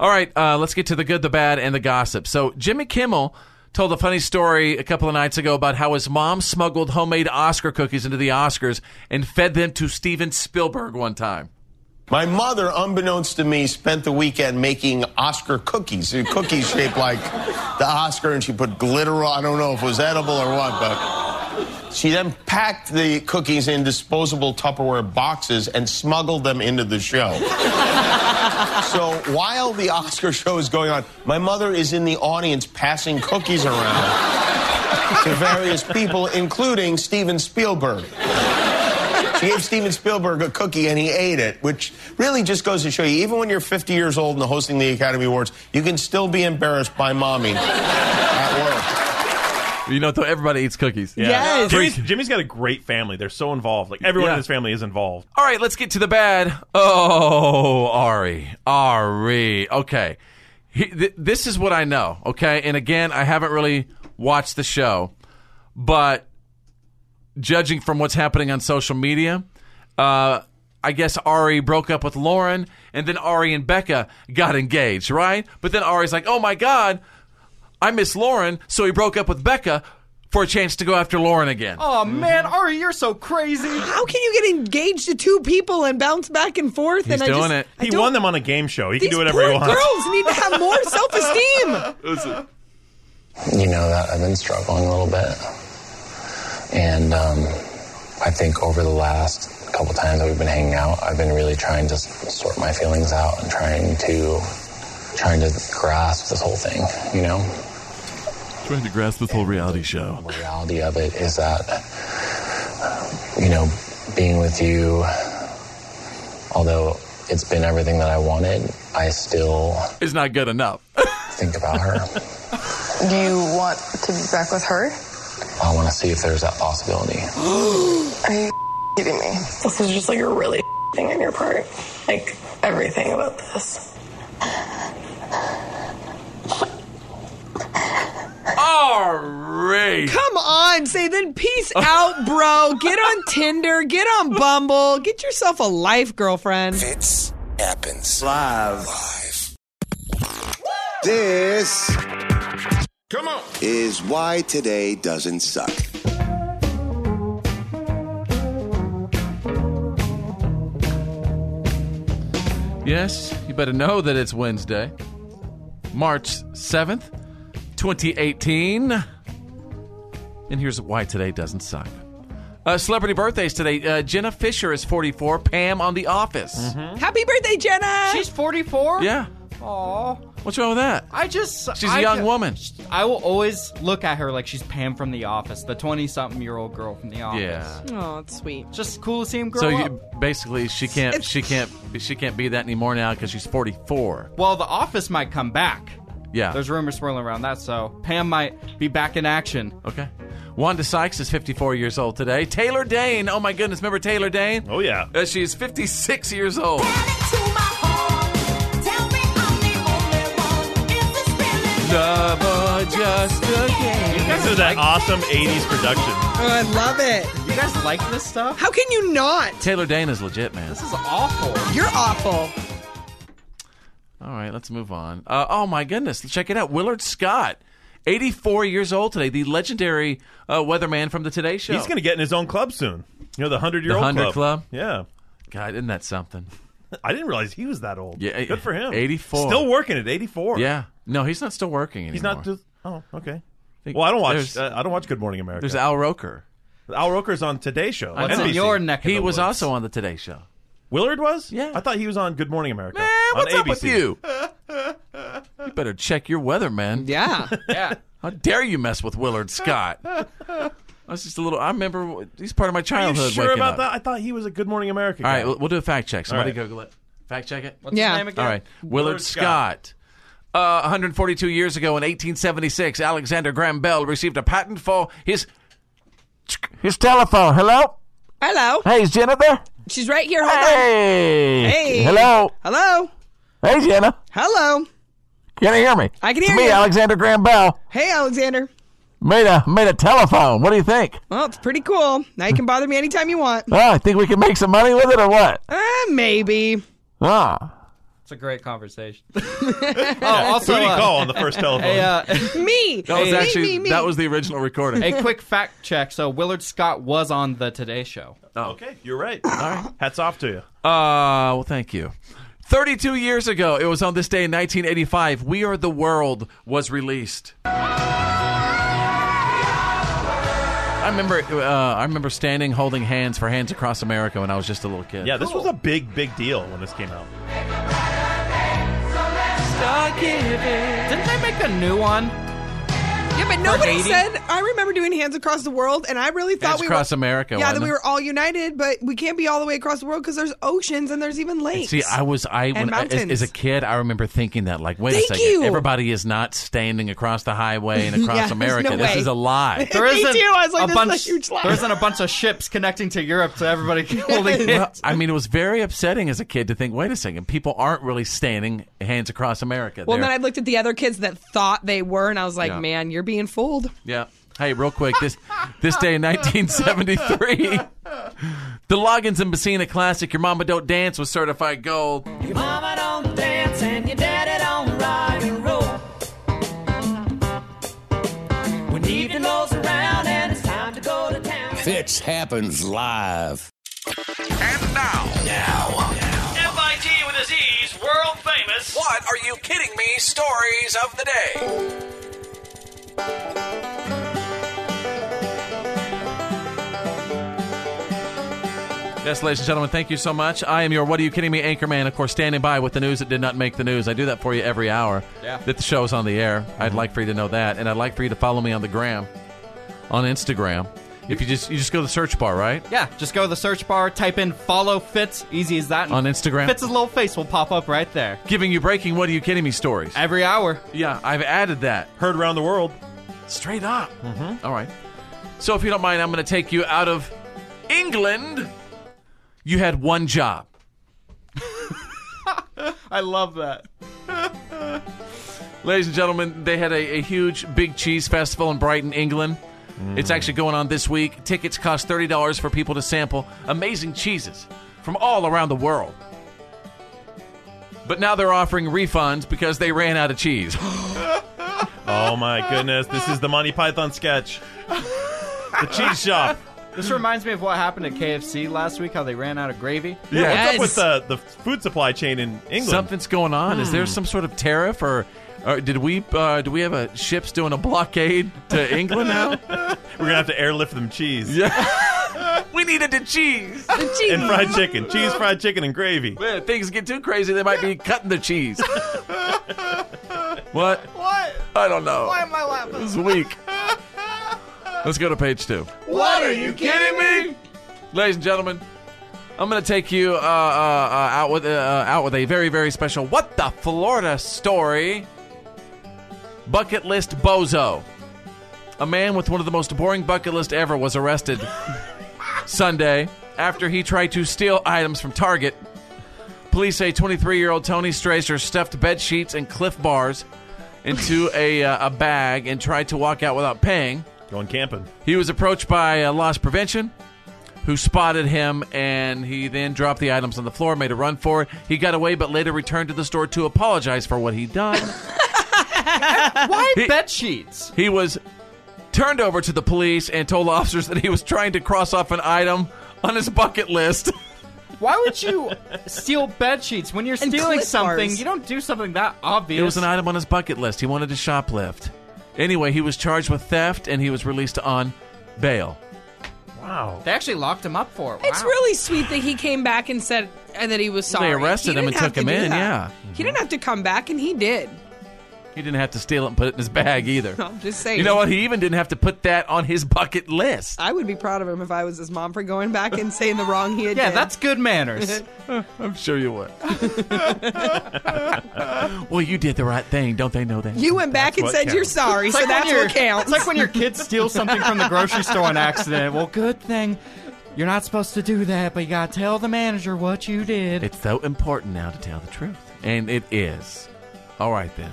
All right. Uh, let's get to the good, the bad, and the gossip. So Jimmy Kimmel told a funny story a couple of nights ago about how his mom smuggled homemade Oscar cookies into the Oscars and fed them to Steven Spielberg one time. My mother, unbeknownst to me, spent the weekend making Oscar cookies, uh, cookies shaped like the Oscar, and she put glitter on. I don't know if it was edible or what, but she then packed the cookies in disposable Tupperware boxes and smuggled them into the show. so while the Oscar show is going on, my mother is in the audience passing cookies around to various people, including Steven Spielberg. She gave Steven Spielberg a cookie and he ate it, which really just goes to show you, even when you're 50 years old and hosting the Academy Awards, you can still be embarrassed by mommy at work. You know, though everybody eats cookies. Yeah. Jimmy's, Jimmy's got a great family. They're so involved. Like everyone Yeah. in his family is involved. All right, let's get to the bad. Oh, Ari. Ari. Okay. He, th- this is what I know, okay? And again, I haven't really watched the show, but judging from what's happening on social media, uh, I guess Ari broke up with Lauren, and then Ari and Becca got engaged, right? But then Ari's like, oh my God, I miss Lauren, so he broke up with Becca for a chance to go after Lauren again. Oh man, Ari, you're so crazy. How can you get engaged to two people and bounce back and forth? and I just, I He don't- won them on a game show. He can These do whatever he poor wants. Girls need to have more self-esteem. Listen. You know that I've been struggling a little bit, and um, I think over the last couple times that we've been hanging out, I've been really trying to s- sort my feelings out and trying to trying to grasp this whole thing. You know, Trying to grasp this whole reality show. The reality of it is that, um, you know, being with you, although it's been everything that I wanted, I still It's not good enough. think about her. Do you want to be back with her? I want to see if there's that possibility. Are you kidding me? This is just like a really thing on your part. Like everything about this. Ari. Come on, say then peace out, bro. Get on Tinder, get on Bumble, get yourself a life, girlfriend. Fits happens live. Live. This come on is why today doesn't suck. Yes, you better know that it's Wednesday, March 7th, 2018. And here's why today doesn't suck. Uh, celebrity birthdays today. Uh, Jenna Fisher is 44, Pam on The Office. Mm-hmm. Happy birthday, Jenna. She's 44. Yeah. Aw. What's wrong with that? I just. She's a a young woman. I will always look at her like she's Pam from The Office, the 20 something year old girl from The Office. Yeah. Oh, it's sweet. Just cool to see him grow So up. you, basically, she can't, It's- she can't, she can't be that anymore now because she's 44. well, The Office might come back. Yeah. There's rumors swirling around that, so Pam might be back in action. Okay. Wanda Sykes is 54 years old today. Taylor Dane. Oh my goodness, remember Taylor Dane? Oh yeah. Uh, she is 56 years old. Love or just a game. This is that awesome 80s production. Oh, I love it. You guys like this stuff? How can you not? Taylor Dane is legit, man. This is awful. You're awful. All right, let's move on. Uh, oh my goodness, check it out. Willard Scott, 84 years old today, the legendary uh, weatherman from the Today Show. He's going to get in his own club soon. You know, the 100 year the old 100 club. Yeah. God, isn't that something? I didn't realize he was that old. Yeah, Good for him. 84. Still working at 84. Yeah. No, he's not still working anymore. He's not. Just, oh, okay. Well, I don't watch. There's- Uh, I don't watch Good Morning America. There's Al Roker. Al Roker's on Today Show. I know. NBC. Your neck of He the was woods. also on the Today Show. Willard was. Yeah. I thought he was on Good Morning America. Man, what's up with you? You better check your weatherman. Yeah. yeah. How dare you mess with Willard Scott? I was just a little. I remember he's part of my Are you childhood. sure waking about up. that? I thought he was a Good Morning America. All guy. right, we'll, we'll do a fact check. Somebody All right. Google it. Fact check it. What's his Yeah. name again? All right, Willard, Willard Scott. Scott. Uh, 142 years ago in 1876, Alexander Graham Bell received a patent for his his telephone. Hello. Hello. Hey, is Jenna there? She's right here. Hold Hey. on. Hey. Hello. Hello. Hey, Jenna. Hello. Can you hear me? I can It's hear me, you. Alexander Graham Bell Hey, Alexander. made a made a telephone. What do you think? Well, it's pretty cool. Now you can bother me anytime you want. I think we can make some money with it, or what? Uh, maybe. Ah. It's a great conversation. oh, also, Who do you uh, call on the first telephone? a, uh, me. That was actually that was the original recording. a quick fact check. So Willard Scott was on the Today Show. Oh. Okay, you're right. All right. Hats off to you. Uh, well, thank you. 32 years ago, it was on this day in 1985, We Are the World was released. I remember uh, I remember standing holding hands for Hands Across America when I was just a little kid. Yeah, this was a big, big deal when this came out. Didn't they make a new one? Yeah, but nobody Haiti? said. I remember doing hands across the world, and I really thought Hands we Across were, America, Yeah, that wasn't we it? were all united, but we can't be all the way across the world because there's oceans and there's even lakes. See, I was I and when as, mountains. as a kid, I remember thinking that like, wait Thank a second, you. everybody is not standing across the highway and across Yeah, there's America. no this way. is a lie. There isn't a bunch. there There's isn't a bunch of ships connecting to Europe to everybody holding hands. Well, I mean, it was very upsetting as a kid to think, wait a second, people aren't really standing hands across America. well, They're- then I looked at the other kids that thought they were, and I was like, Yeah. man, you're being fooled. Yeah. Hey, real quick, this this day in 1973, the Loggins and Messina Classic, Your Mama Don't Dance was certified gold. Your mama don't dance and your daddy don't rock and roll. When evening rolls around and it's time to go to town. Fitch happens live. And now. Now. MIT with a Z's, world famous. What are you kidding me? Stories of the day. Yes, ladies and gentlemen, thank you so much. I am your What Are You Kidding Me anchorman, of course, standing by with the news that did not make the news. I do that for you every hour Yeah. that the show is on the air. I'd like for you to know that, and I'd like for you to follow me on the gram, on Instagram. If you just you just go to the search bar, right? Yeah, just go to the search bar, type in "follow Fitz," easy as that. On Instagram? Fitz's little face will pop up right there. Giving you breaking What Are You Kidding Me stories every hour. Yeah, I've added that. Heard around the world, Mm-hmm. straight up. All right. So if you don't mind, I'm going to take you out of England. You had one job. I love that. Ladies and gentlemen, they had a, a huge Big Cheese Festival in Brighton, England. It's Mm. actually going on this week. Tickets cost $30 for people to sample amazing cheeses from all around the world. But now they're offering refunds because they ran out of cheese. oh my goodness, this is the Monty Python sketch. The cheese shop. This reminds me of what happened at KFC last week. How they ran out of gravy. Yeah, what's up with the, the food supply chain in England? Something's going on. Is there Hmm. some sort of tariff or, or did we uh, do we have a ships doing a blockade to England now? We're gonna have to airlift them cheese. Yeah. we needed the cheese. The and fried chicken, cheese, fried chicken, and gravy. Man, if things get too crazy, they might be cutting the cheese. what? What? I don't know. Why am I laughing? This is weak. Let's go to page two. What are you kidding me? Ladies and gentlemen, I'm going to take you uh, uh, uh, out with uh, uh, out with a very very special what the Florida story. Bucket list bozo. A man with one of the most boring bucket lists ever was arrested Sunday after he tried to steal items from Target. Police say 23 year old Tony Stracer stuffed bed sheets and cliff bars into a, uh, a bag and tried to walk out without paying. Going camping. He was approached by uh, loss prevention, who spotted him, and he then dropped the items on the floor, made a run for it. He got away, but later returned to the store to apologize for what he'd done. Why He- bed sheets? He was turned over to the police and told officers that he was trying to cross off an item on his bucket list. Why would you steal bed sheets when you're And stealing clip something? bars. You don't do something that obvious. It was an item on his bucket list. He wanted to shoplift. Anyway, he was charged with theft and he was released on bail. Wow. They actually locked him up for it. It's really sweet that he came back and said uh, that he was sorry. They arrested He him didn't and took have to him do in, that. yeah. He didn't have to come back, and he did. He didn't have to steal it and put it in his bag either. I'm just saying. You know what? He even didn't have to put that on his bucket list. I would be proud of him if I was his mom for going back and saying the wrong he had Yeah, did. that's good manners. I'm sure you would. well, you did the right thing. Don't they know that? You went back and said you're sorry, so that's what It's counts. like when your kids steal something from the grocery store on accident. Well, good thing you're not supposed to do that, but you gotta tell the manager what you did. It's so important now to tell the truth. And it is. All right, then.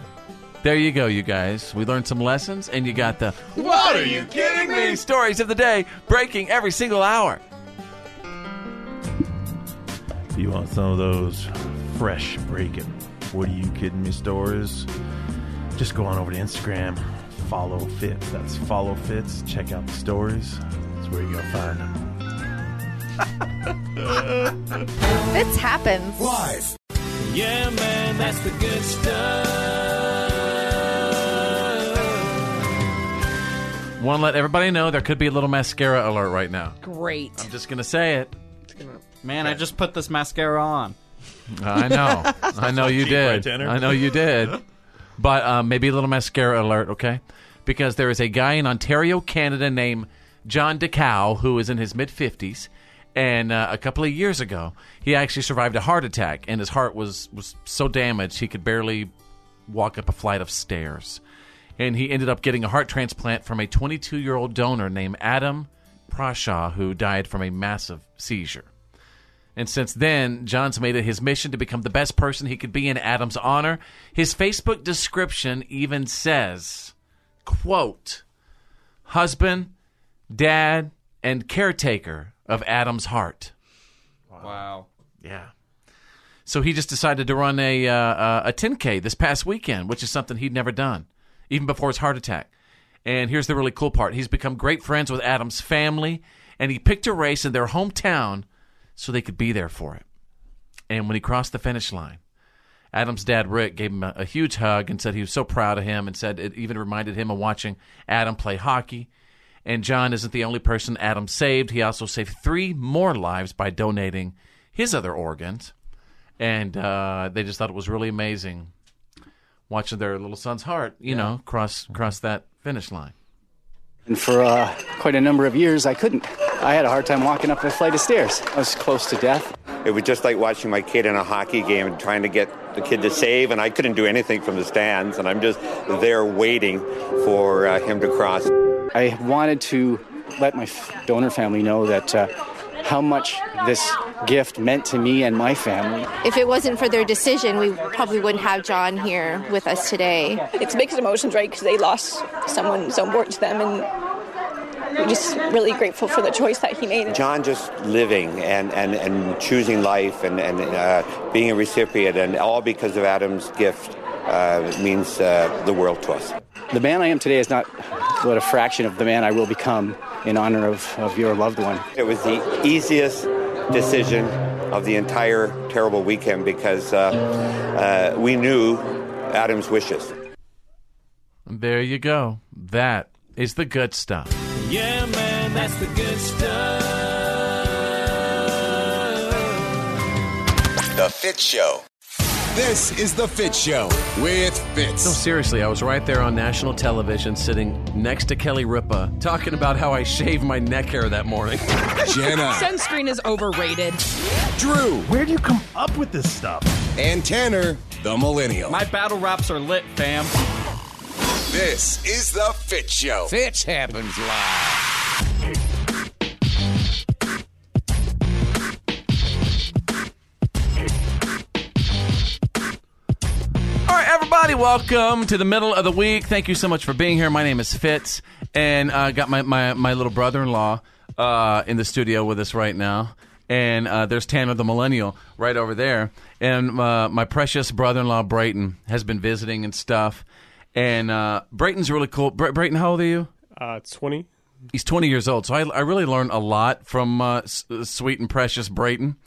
There you go, you guys. We learned some lessons, and you got the What are you kidding me? Stories of the day breaking every single hour. If you want some of those fresh breaking, what are you kidding me stories? Just go on over to Instagram, follow Fitz. That's follow Fitz. Check out the stories. That's where you're gonna find them. This happens. Live. Yeah, man, that's the good stuff. Want to let everybody know there could be a little mascara alert right now. Great. I'm just going to say it. Man, I just put this mascara on. I know. I know you cheap, right, did. Tanner? I know you did. But uh, maybe a little mascara alert, okay? because there is a guy in Ontario, Canada named John DeCow who is in his mid 50s. And uh, a couple of years ago, he actually survived a heart attack, and his heart was, was so damaged he could barely walk up a flight of stairs. And he ended up getting a heart transplant from a 22 year old donor named Adam Prashaw, who died from a massive seizure. And since then, John's made it his mission to become the best person he could be in Adam's honor. His Facebook description even says, quote, husband, dad, and caretaker of Adam's heart. Wow. Yeah. So he just decided to run a uh, uh, a 10k this past weekend, which is something he'd never done, even before his heart attack. And here's the really cool part: he's become great friends with Adam's family, and he picked a race in their hometown so they could be there for it. And when he crossed the finish line, Adam's dad Rick gave him a, a huge hug and said he was so proud of him, and said it even reminded him of watching Adam play hockey. And John isn't the only person Adam saved. He also saved three more lives by donating his other organs and uh, they just thought it was really amazing watching their little son's heart, you know, cross cross that finish line. And for uh, quite a number of years, I couldn't. I had a hard time walking up a flight of stairs. I was close to death. It was just like watching my kid in a hockey game and trying to get the kid to save, and I couldn't do anything from the stands, and I'm just there waiting for uh, him to cross. I wanted to let my f- donor family know that uh, how much this gift meant to me and my family. If it wasn't for their decision, we probably wouldn't have John here with us today. It's mixed emotions, right? Because they lost someone so important to them, and we're just really grateful for the choice that he made. John just living and, and, and choosing life and, and uh, being a recipient, and all because of Adam's gift. Uh, means uh, the world to us. The man I am today is not but a fraction of the man I will become in honor of, of your loved one. It was the easiest decision of the entire terrible weekend because uh, uh, we knew Adam's wishes. There you go. That is the good stuff. Yeah, man, that's the good stuff. The Fit Show. This is The Fit Show with Fitz. No, seriously, I was right there on national television sitting next to Kelly Ripa talking about how I shaved my neck hair that morning. Jenna. Sunscreen is overrated. Drew. Where do you come up with this stuff? And Tanner, the millennial. My battle raps are lit, fam. This is The Fit Show. Fitch happens live. everybody, welcome to the middle of the week. Thank you so much for being here. My name is Fitz, and I uh, got my, my, my little brother in law uh, in the studio with us right now. And uh, there's Tanner the Millennial right over there. And uh, my precious brother in law, Brayton, has been visiting and stuff. And uh, Brayton's really cool. Br- Brayton, how old are you? 20. He's 20 years old. So I, I really learned a lot from uh, s- sweet and precious Brayton.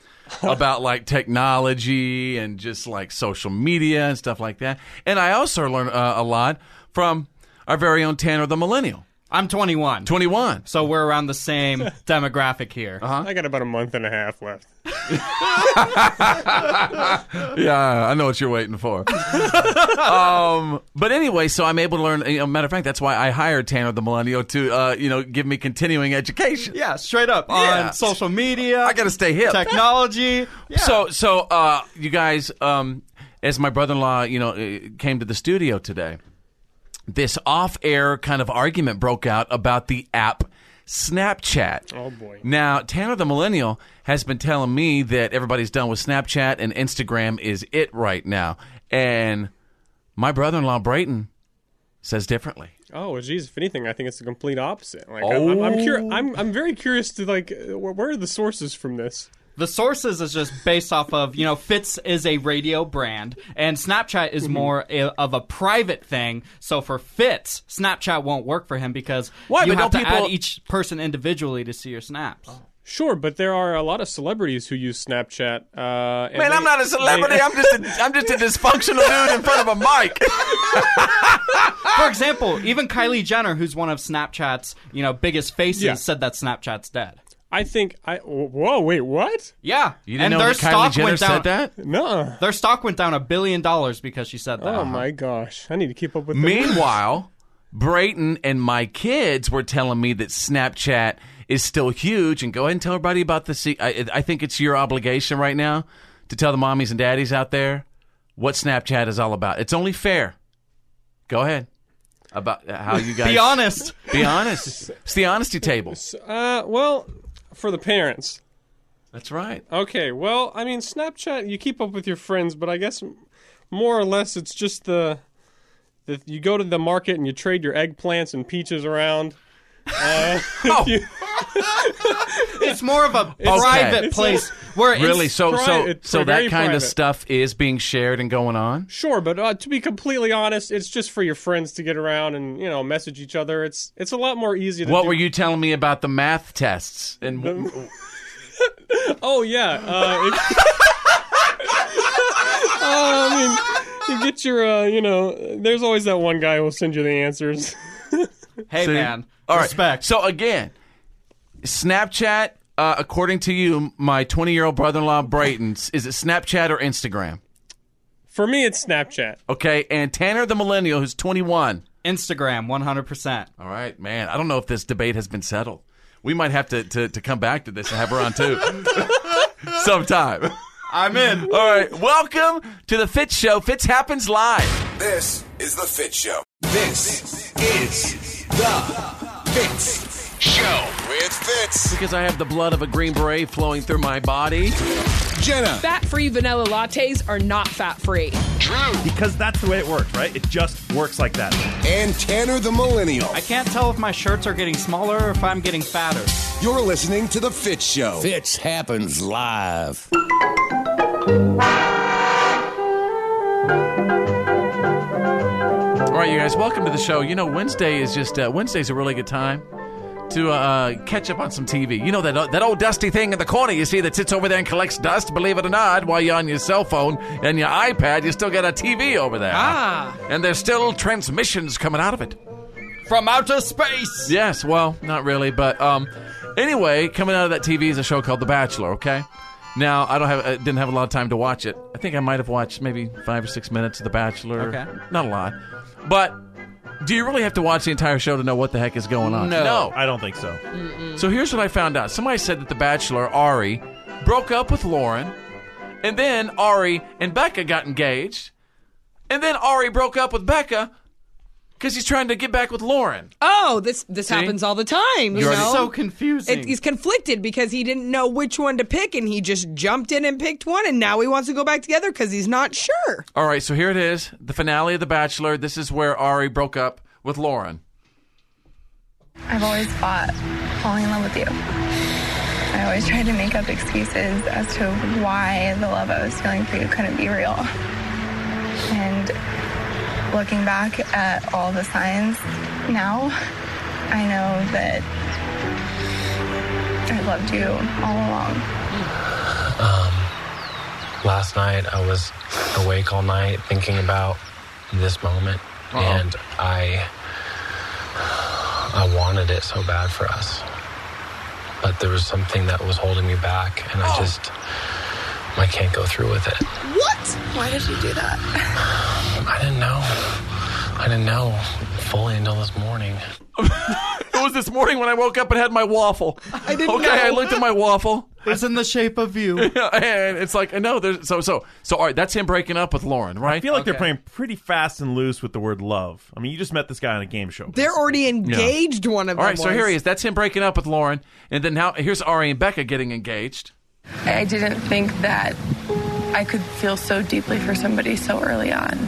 about like technology and just like social media and stuff like that. And I also learned uh, a lot from our very own Tanner the Millennial. I'm 21. 21. So we're around the same demographic here. Uh-huh. I got about a month and a half left. yeah, I know what you're waiting for. um, but anyway, so I'm able to learn. You know, matter of fact, that's why I hired Tanner the Millennial to, uh, you know, give me continuing education. Yeah, straight up yeah. on social media. I got to stay hip. Technology. Yeah. So, so uh, you guys, um, as my brother-in-law, you know, eh, came to the studio today, this off-air kind of argument broke out about the app. Snapchat. Oh boy. Now, Tanner the Millennial has been telling me that everybody's done with Snapchat and Instagram is it right now. And my brother in law, Brayton, says differently. Oh, geez. If anything, I think it's the complete opposite. Like, oh. I'm, I'm, curi- I'm, I'm very curious to, like, where are the sources from this? the sources is just based off of you know Fitz is a radio brand and Snapchat Mm-hmm. is more a, of a private thing. So for Fitz, Snapchat won't work for him because Why? you but have to people... add each person individually to see your snaps. Oh. Sure, but there are a lot of celebrities who use Snapchat. Uh, Man, they, I'm not a celebrity. They... I'm just a, I'm just a dysfunctional dude in front of a mic. For example, even Kylie Jenner, who's one of Snapchat's you know biggest faces, yeah. said that Snapchat's dead. I think I. Whoa, wait, what? Yeah, you didn't and know their stock Jenner went down, that? No, their stock went down a billion dollars because she said that. Uh-huh. Oh my gosh, I need to keep up with. Meanwhile, Brayton and my kids were telling me that Snapchat is still huge. And go ahead and tell everybody about the. Se- I, I think it's your obligation right now to tell the mommies and daddies out there what Snapchat is all about. It's only fair. Go ahead about how you guys Be honest. Be honest. It's the honesty table. Uh, well, for the parents. That's right. Okay. Well, I mean, Snapchat, you keep up with your friends, but I guess more or less it's just the, the you go to the market and you trade your eggplants and peaches around. Uh, Oh. it's more of a private It's place a- where really, it's so so pri- it's so that very kind of private. stuff is being shared and going on. Sure, but uh, to be completely honest, it's just for your friends to get around and you know message each other. It's it's a lot more easy to. What do. were you telling me about the math tests and w- w- Oh yeah. Uh, if- Uh, I mean, you get your uh, you know. There's always that one guy who will send you the answers. Hey See? man, All right. respect. So again, Snapchat. Uh, according to you, my 20 year old brother in law Brayton's, is it Snapchat or Instagram? For me, it's Snapchat. Okay, and Tanner the millennial, who's 21, Instagram, 100. percent All right, man. I don't know if this debate has been settled. We might have to to, to come back to this and have her on too sometime. I'm in. All right, welcome to the Fitz Show. Fitz happens live. This is the Fit Show. This is the Fit Show with Fitz, Because I have the blood of a green beret flowing through my body. Jenna, Fat free vanilla lattes are not fat free. True. Because that's the way it works, right? It just works like that. and Tanner the Millennial. I can't tell if my shirts are getting smaller or if I'm getting fatter. You're listening to the Fit Show. Fitz happens live. All right, you guys, welcome to the show. You know, Wednesday is just uh, Wednesday's a really good time to uh, catch up on some TV. You know that that old dusty thing in the corner you see that sits over there and collects dust. Believe it or not, while you're on your cell phone and your iPad, you still got a TV over there. Ah. and there's still transmissions coming out of it. From outer space. Yes, well, not really, but um, anyway, coming out of that TV is a show called The Bachelor. Okay, now I don't have I didn't have a lot of time to watch it. I think I might have watched maybe five or six minutes of The Bachelor. Okay. not a lot, but do you really have to watch the entire show to know what the heck is going on? I don't think so. So here's what I found out. Somebody said that The Bachelor Ari broke up with Lauren, and then Ari and Becca got engaged, and then Ari broke up with Becca because he's trying to get back with Lauren. Oh, this this happens all the time. You You're know? so confusing. It, he's conflicted because he didn't know which one to pick, and he just jumped in and picked one, and now he wants to go back together because he's not sure. All right, so here it is, the finale of The Bachelor. This is where Ari broke up with Lauren. I've always fought falling in love with you. I always tried to make up excuses as to why the love I was feeling for you couldn't be real. And looking back at all the signs now, I know that I loved you all along. Um, last night I was awake all night thinking about this moment, Uh-oh. and I I wanted it so bad for us, but there was something that was holding me back, and I just I can't go through with it. What? Why did you do that? I didn't know. I didn't know fully until this morning. It was this morning when I woke up and had my waffle. I didn't Okay, know. I looked at my waffle. It's in the shape of you. and it's like, I know there's so so so all right, that's him breaking up with Lauren, right? I feel like they're playing pretty fast and loose with the word love. I mean, you just met this guy on a game show. They're already engaged. One of All them. right, so here was. he is. That's him breaking up with Lauren, and then now here's Ari and Becca getting engaged. I didn't think that I could feel so deeply for somebody so early on.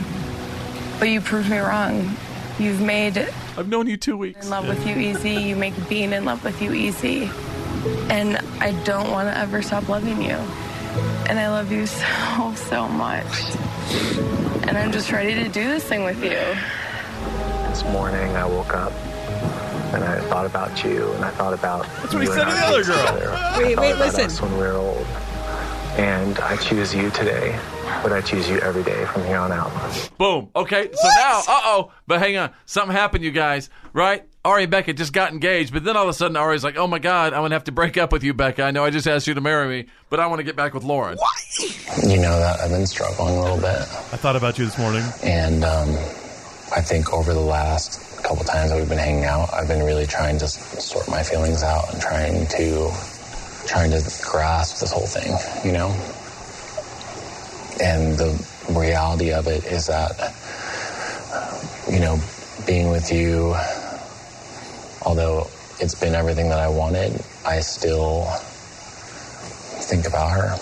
But you proved me wrong. You've made I've known you two weeks. in love with you easy. You make being in love with you easy. And I don't want to ever stop loving you. And I love you so, so much. And I'm just ready to do this thing with you. This morning I woke up and I thought about you and I thought about That's what he said to the other girl. Wait, wait, listen. when we were old. And I choose you today, but I choose you every day from here on out. Boom. Okay, so now, uh oh, but hang on, something happened, you guys, right? Ari and Becca just got engaged, but then all of a sudden Ari's like, "Oh my God, I'm gonna have to break up with you, Becca. I know I just asked you to marry me, but I want to get back with Lauren." You know that I've been struggling a little bit. I thought about you this morning. And um, I think over the last couple times that we've been hanging out, I've been really trying to sort my feelings out and trying to trying to grasp this whole thing, you know. And the reality of it is that you know, being with you, although it's been everything that I wanted, I still think about her.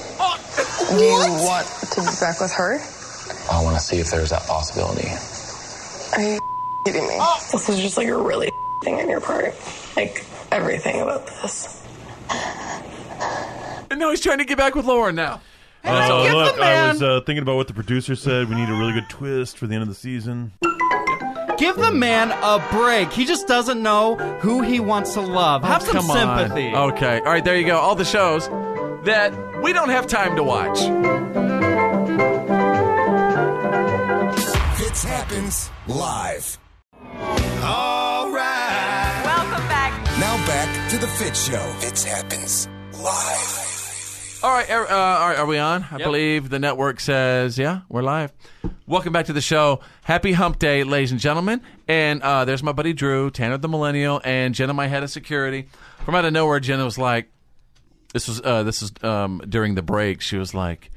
Do you want to be back with her? I want to see if there's that possibility. Are you kidding me? This is just like a really thing on your part. Like everything about this. And now he's trying to get back with Lauren now. Uh, Give the look, I man- was uh, thinking about what the producer said. We need a really good twist for the end of the season. Give the man a break. He just doesn't know who he wants to love. Have some Oh, Come on. sympathy. Okay. All right. There you go. All the shows that we don't have time to watch. Fitz happens live. All right. Welcome back. Now back to the Fitz Show. Fitz happens live. All right, er- uh, all right, are we on? I believe the network says, yeah, we're live. Welcome back to the show. Happy Hump Day, ladies and gentlemen. And uh, there's my buddy Drew, Tanner the Millennial, and Jenna, my head of security. From out of nowhere, Jenna was like, this was uh, this was um, during the break. She was like,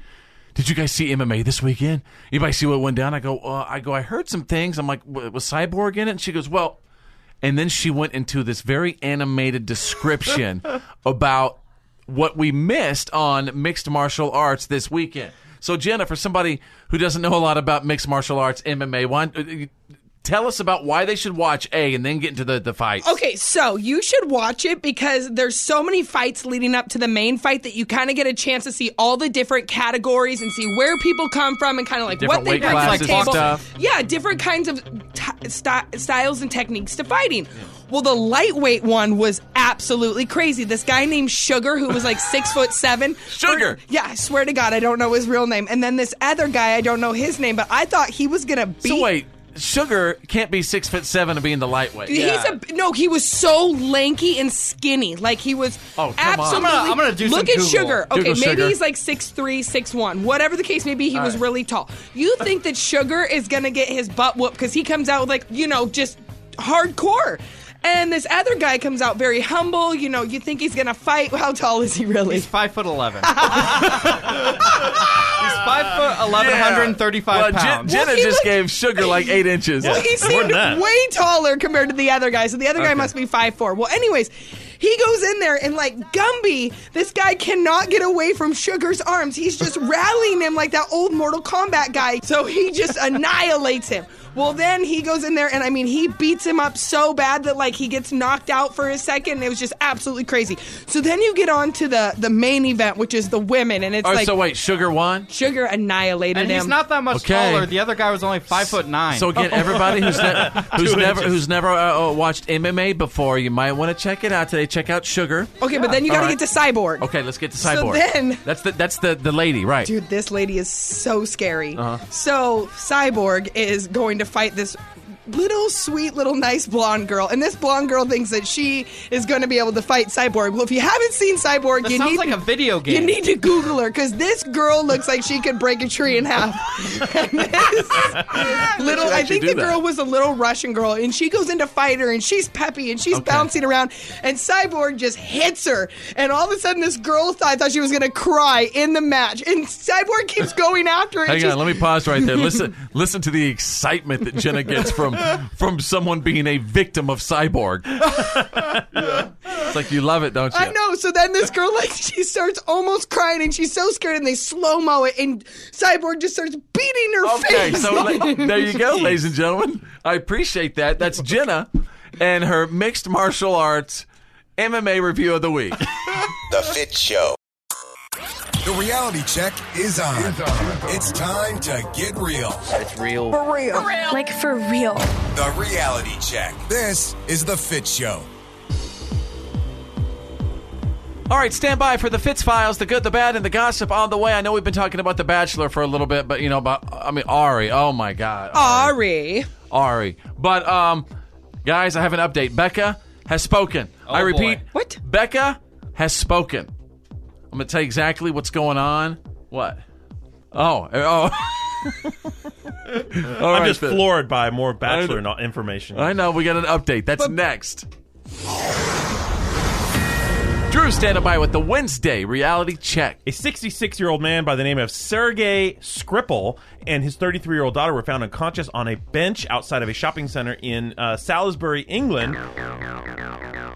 "Did you guys see MMA this weekend? Anybody see what went down?" I go, uh, "I go, I heard some things." I'm like, "W- "Was Cyborg in it?" And she goes, "Well," and then she went into this very animated description about what we missed on mixed martial arts this weekend. So, Jenna, for somebody who doesn't know a lot about mixed martial arts, MMA, why, uh, tell us about why they should watch A and then get into the, the fight. Okay, so you should watch it because there's so many fights leading up to the main fight that you kind of get a chance to see all the different categories and see where people come from and kind of like Different what they weight bring to the classes and table. stuff. Yeah, different kinds of t- sty- styles and techniques to fighting. Well, the lightweight one was absolutely crazy. This guy named Sugar, who was like six foot seven. Sugar. yeah, I swear to God, I don't know his real name. And then this other guy, I don't know his name, but I thought he was gonna beat. So wait, Sugar can't be six foot seven and be in the lightweight. He's a no. He was so lanky and skinny. Like he was Oh, come on. absolutely. I'm gonna- I'm gonna do some Look at Google. sugar. Okay, Google maybe Sugar. he's like six three, six one. Whatever the case may be, he All was right. Uh, really tall. You think that sugar is gonna get his butt whooped because he comes out with like you know just hardcore. And this other guy comes out very humble. You know, you think he's gonna fight. How tall is he really? He's five foot eleven. He's Uh, five foot eleven, Yeah. hundred and thirty-five Well, Jen- pounds. Jenna just gave Sugar like eight inches. Well, he seemed way taller compared to the other guy, so the other guy Okay. must be five four. Well, anyways, he goes in there and like Gumby, this guy cannot get away from Sugar's arms. He's just rallying him like that old Mortal Kombat guy. So he just annihilates him. Well, then he goes in there and I mean he beats him up so bad that like he gets knocked out for a second. It was just absolutely crazy. So then you get on to the the main event, which is the women, and it's All right, like so wait, Sugar won. Sugar annihilated And him. he's not that much Okay. taller. The other guy was only five foot nine. So again, everybody who's ne- who's Two never inches. who's never uh, uh, watched MMA before, you might want to check it out today. Check out Sugar. Okay, but then you got to All right. get to Cyborg. Okay, let's get to So Cyborg. then- that's the that's the the lady, right? Dude, this lady is so scary. Uh-huh. So, Cyborg is going to fight this little, sweet, little, nice blonde girl. And this blonde girl thinks that she is going to be able to fight Cyborg. Well, if you haven't seen Cyborg, That you sounds need. like a video game. You need to Google her because this girl looks like she could break a tree in half. And this little, should I actually think do the that. girl was a little Russian girl, and she goes into fight her, and she's peppy, and she's Okay. bouncing around, and Cyborg just hits her, and all of a sudden, this girl thought, I thought she was gonna cry in the match, and Cyborg keeps going after her. and Hang she's- on, let me pause right there. Listen, listen to the excitement that Jenna gets from from someone being a victim of cyborg. It's like you love it, don't you? I know. So then this girl, like, she starts almost crying and she's so scared, and they slow mo it, and Cyborg just starts beating her Okay, face. so la- there you go, ladies and gentlemen. I appreciate that. That's Jenna and her mixed martial arts MMA review of the week. The Fit Show. The reality check is on. It's time to get real. It's real. For real. Like for real. The reality check. This is The Fit Show. All right, stand by for the Fitz files, the good, the bad, and the gossip on the way. I know we've been talking about The Bachelor for a little bit, but you know about I mean Ari. Oh my God, Ari. Ari. But um, guys, I have an update. Becca has spoken. Oh, I repeat, what? Becca has spoken. I'm gonna tell you exactly what's going on. What? Oh, oh. eh, All I'm right, just then. floored by more bachelor no- information. I know we got an update. That's next. Drew standing by with the Wednesday reality check. A 66 year old man by the name of Sergei Skripal and his 33 year old daughter were found unconscious on a bench outside of a shopping center in uh, Salisbury, England.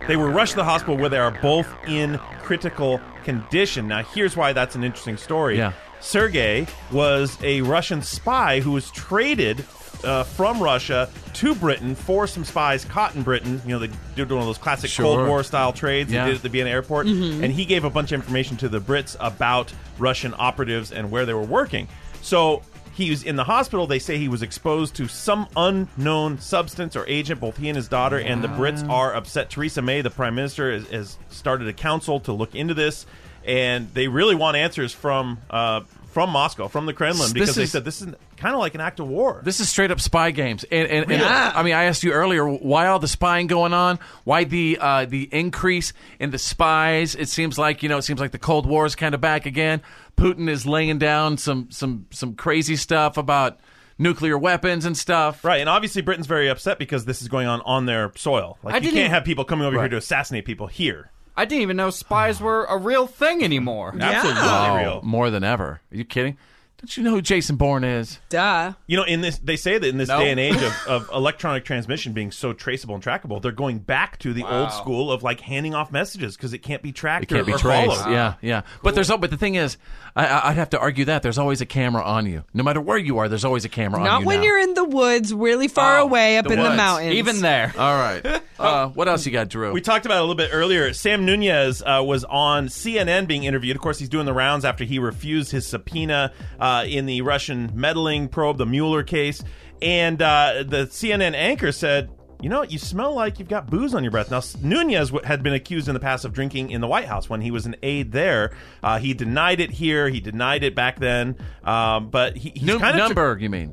They were rushed to the hospital where they are both in critical condition. Now, here's why that's an interesting story. Yeah. Sergei was a Russian spy who was traded uh, from Russia to Britain for some spies caught in Britain. You know, they did one of those classic Sure. Cold War style trades Yeah. they did at the Vienna airport. Mm-hmm. Mhm. And he gave a bunch of information to the Brits about Russian operatives and where they were working. So he was in the hospital. They say he was exposed to some unknown substance or agent, both he and his daughter. And the Brits are upset. Theresa May, the prime minister, has, has started a council to look into this. And they really want answers from. Uh, from Moscow, from the Kremlin, This because they is- said this is kind of like an act of war. This is straight up spy games, and, and, and Yeah. I mean, I asked you earlier why all the spying going on, why the uh, the increase in the spies. It seems like you know, it seems like the Cold War is kind of back again. Putin is laying down some some some crazy stuff about nuclear weapons and stuff. Right, and obviously Britain's very upset because this is going on on their soil. Like I you didn't can't even- have people coming over Right. here to assassinate people here. I didn't even know spies were a real thing anymore. Absolutely Oh, real. more than ever. Are you kidding? Don't you know who Jason Bourne is? Duh. You know, in this, they say that in this No. day and age of, of electronic transmission being so traceable and trackable, they're going back to the Wow. old school of like handing off messages because it can't be tracked It can't or, be or traced. followed. Yeah, yeah. But there's al- but the thing is, I- I, I'd have to argue that there's always a camera on you, no matter where you are. There's always a camera on you. Not when now. Oh, you're in the woods, really far away up in the woods. mountains. there. All right. Uh, what else you got, Drew? We talked about it a little bit earlier. Sam Nunez uh, was on CNN being interviewed. Of course, he's doing the rounds after he refused his subpoena uh, in the Russian meddling probe, the Mueller case. And uh, the CNN anchor said, you know, you smell like you've got booze on your breath. Now, S- Nunez w- had been accused in the past of drinking in the White House when he was an aide there. Uh, he denied it here. He denied it back then. Um, but he, he's Nu- kind of. Nunberg, you mean?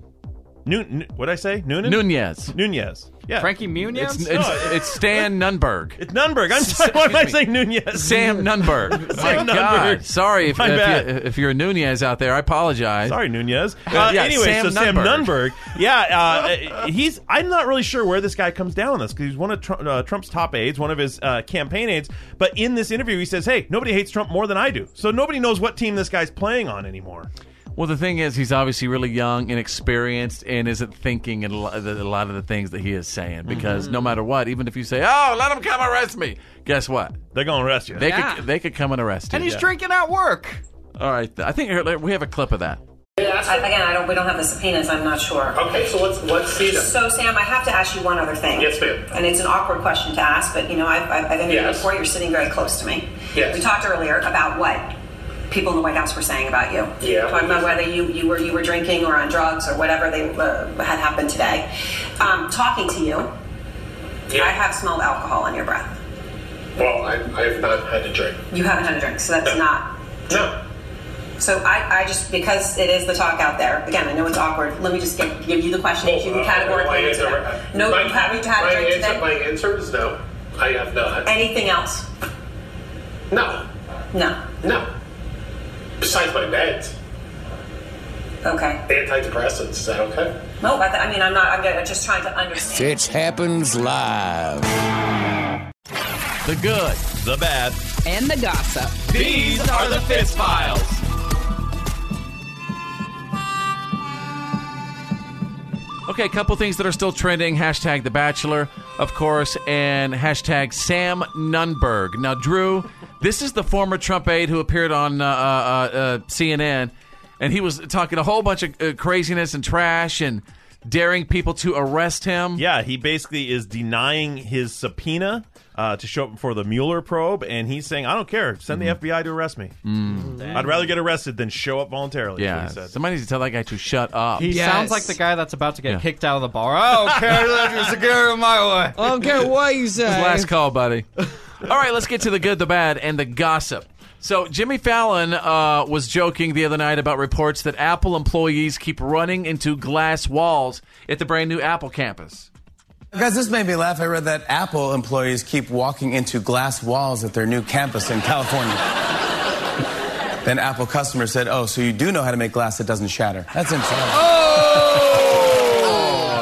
what'd I say? Noonan? Nunez. Nunez. Yeah. Frankie Muniz? It's, it's, it's Stan Nunberg. It's Nunberg. I'm sorry. Why am I saying Nunez? Sam Nunberg. Sam My God. Nunberg. Sorry if, My if, bad. you, if you're a Nunez out there. I apologize. Sorry, Nunez. Uh, Uh, yeah, anyway, Sam so Sam Nunberg. Nunberg, yeah, uh, he's. I'm not really sure where this guy comes down on this because he's one of Trump, uh, Trump's top aides, one of his uh, campaign aides. But in this interview, he says, "Hey, nobody hates Trump more than I do, so nobody knows what team this guy's playing on anymore." Well, the thing is, he's obviously really young, inexperienced, and isn't thinking in a lo- the- a lot of the things that he is saying. Because Mm-hmm. no matter what, even if you say, "Oh, let him come arrest me," guess what? They're gonna arrest you. They Yeah. could they could come and arrest you. And he's drinking at work. All right, th- I think here, let- we have a clip of that. I- Again, I don't, we don't have the subpoenas, I'm not sure. Okay, so let's- let's see them. So Sam, I have to ask you one other thing. Yes, ma'am. And it's an awkward question to ask, but you know, I've, I've I've interviewed Yes. before, you're sitting very close to me. Yes. We talked earlier about what people in the White House were saying about you. Yeah. Talking about whether you, you were, you were drinking or on drugs or whatever they, uh, had happened today. Um, talking to you, I have smelled alcohol in your breath. Well, I, I have not had a drink. You haven't had a drink, so that's not. No. So I, I just, because it is the talk out there, again, I know it's awkward, let me just give, give you the question, if you Uh, can categorically my answer answer- them. No, my- you haven't had my a drink answer, today? My answer is no. I have not. Anything else? No. No. No. Besides my meds. Okay. Antidepressants. Is that okay? No, I, th- I mean, I'm not, I'm gonna- just trying to understand. Fitch happens live. The good, the bad, and the gossip. These are the Fitz Files. Okay, a couple things that are still trending. Hashtag The Bachelor, of course, and hashtag Sam Nunberg. Now, Drew, this is the former Trump aide who appeared on uh, uh, uh, CNN, and he was talking a whole bunch of uh, craziness and trash and daring people to arrest him. Yeah, he basically is denying his subpoena uh, to show up before the Mueller probe, and he's saying, "I don't care. Send Mm-hmm. the FBI to arrest me. Mm. I'd rather get arrested than show up voluntarily." is what Yeah, he said. somebody needs to tell that guy to shut up. He sounds like the guy that's about to get Yeah. kicked out of the bar. Oh, Carolina Segura my way. I don't care what you say. His last call, buddy. All right, let's get to the good, the bad, and the gossip. So, Jimmy Fallon uh, was joking the other night about reports that Apple employees keep running into glass walls at the brand new Apple campus. Guys, this made me laugh. I read that Apple employees keep walking into glass walls at their new campus in California. Then Apple customer said, "Oh, so you do know how to make glass that doesn't shatter." That's interesting.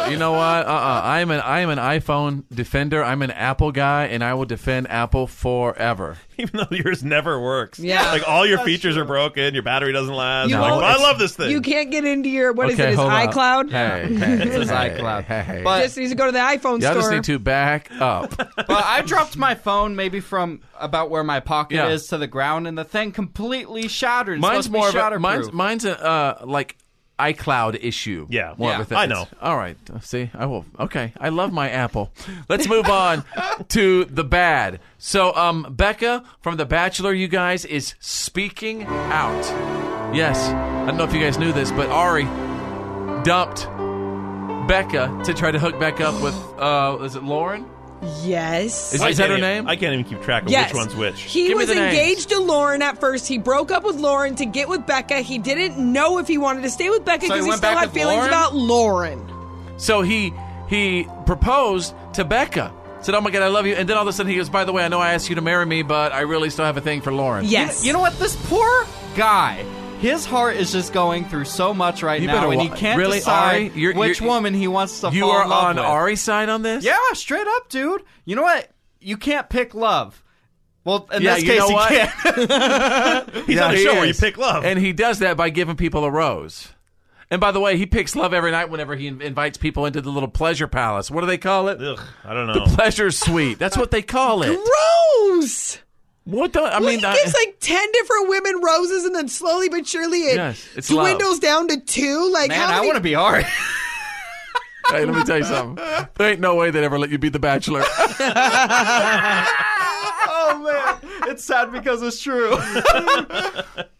You know what? Uh, uh I am an I am an iPhone defender. I'm an Apple guy, and I will defend Apple forever. Even though yours never works. Yeah. Like all your That's features are broken, your battery doesn't last. You I'm like, won't- "Well, I love this thing. You can't get into your what is Okay, it? His hold up. iCloud. Hey, hey, It's his hey, iCloud. hey, hey. just needs to go to the iPhone Y'all just store. need to back up. But I dropped my phone maybe from about where my pocket Yeah. is to the ground, and the thing completely shattered. It's mine's supposed to more be of a, shatterproof. mine's mine's a uh, like iCloud issue. Yeah, more Yeah. of a thing. I know. All right, see, I will. Okay, I love my Apple. Let's move on to the bad. So, um, Becca from The Bachelor, you guys is speaking out. Yes, I don't know if you guys knew this, but Ari dumped Becca to try to hook back up with uh, is it Lauren? Yes. Is, is that her name? I can't even keep track Yes. He Give me was the names. engaged to Lauren at first. He broke up with Lauren to get with Becca. He didn't know if he wanted to stay with Becca So he because he went still back had with feelings Lauren? about Lauren. So he he proposed to Becca. Said, "Oh my God, I love you." And then all of a sudden, he goes, "By the way, I know I asked you to marry me, but I really still have a thing for Lauren." You, you know what? This poor guy. His heart is just going through so much right You now, better and wa- he can't really, Ari? decide You're- which you're- woman he wants to. You fall are in love on with. Ari's side on this. Yeah, straight up, dude. You know what? You can't pick love. Well, in Yeah, this you case, know he what? can't. Yeah, on a he show where you is. pick love. and he does that by giving people a rose. And by the way, he picks love every night whenever he in- invites people into the little pleasure palace. What do they call it? Ugh, I don't The pleasure suite. That's what they call it. Gross. What the? I Well, mean, he I- gives like ten different women roses, and then slowly but surely it Yes, it's love. dwindles down to two. Like, Man, how I many- wanna be Ari. hey, let me tell you something. There ain't no way they'd ever let you be the bachelor. oh man, it's sad because it's true.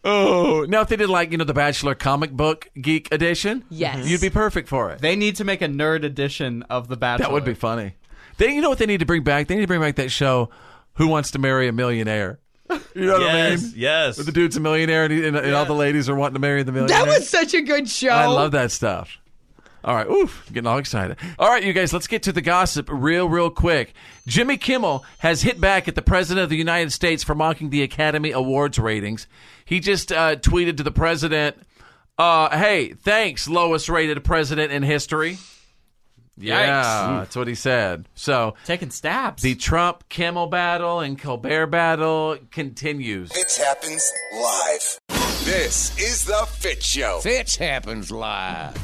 oh, now if they did like you know the Bachelor comic book geek edition, Yes. you'd be perfect for it. they need to make a nerd edition of The Bachelor. That would be funny. They, you know what they need to bring back? They need to bring back that show, Who Wants to Marry a Millionaire. You know Yes, what I mean? yes. Where the dude's a millionaire and, he, and, and all the ladies are wanting to marry the millionaire. That was such a good show. I love that stuff. All right, oof, getting all excited. All right, you guys, let's get to the gossip real, real quick. Jimmy Kimmel has hit back at the president of the United States for mocking the Academy Awards ratings. He just uh, tweeted to the president, uh, "Hey, thanks, lowest rated president in history." Yeah, Yikes. that's what he said. So taking stabs. The Trump Kimmel battle and Colbert battle continues. Fitz happens live. This is the Fit Show. Fitz happens live.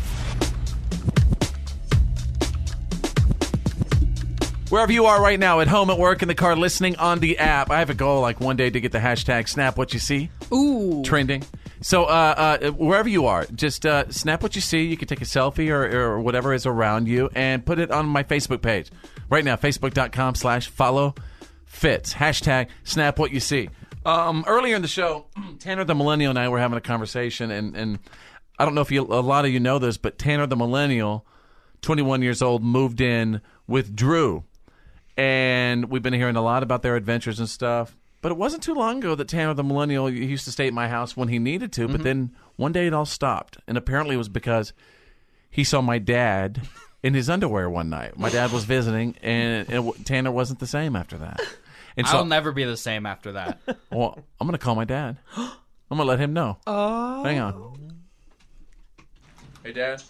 Wherever you are right now, at home, at work, in the car, listening on the app, I have a goal like one day to get the hashtag snap what you see Ooh. trending. So uh, uh, wherever you are, just uh, snap what you see. You can take a selfie or, or whatever is around you and put it on my Facebook page right now, facebook.com slash follow fits. Hashtag snap what you see. Um, earlier in the show, Tanner the Millennial and I were having a conversation, and, and I don't know if you, a lot of you know this, but Tanner the Millennial 21 years old, moved in with Drew. And we've been hearing a lot about their adventures and stuff. But it wasn't too long ago that Tanner the Millennial he used to stay at my house when he needed to. But then one day it all stopped. And apparently it was because he saw my dad in his underwear one night. My dad was visiting, and, and w- Tanner wasn't the same after that. And so I'll never be the same after that. well, I'm going to call my dad. I'm going to let him know. Oh. Hang on. Hey, Dad.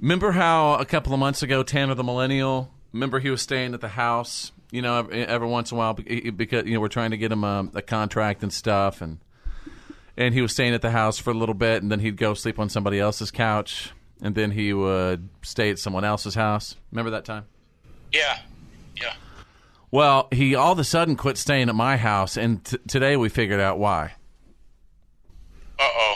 Remember how a couple of months ago, Tanner the Millennial, remember he was staying at the house, you know, every, every once in a while be- because, you know, we're trying to get him a, a contract and stuff. And, and he was staying at the house for a little bit and then he'd go sleep on somebody else's couch and then he would stay at someone else's house. Remember that time? Yeah. Yeah. Well, he all of a sudden quit staying at my house. And t- today we figured out why. Uh oh.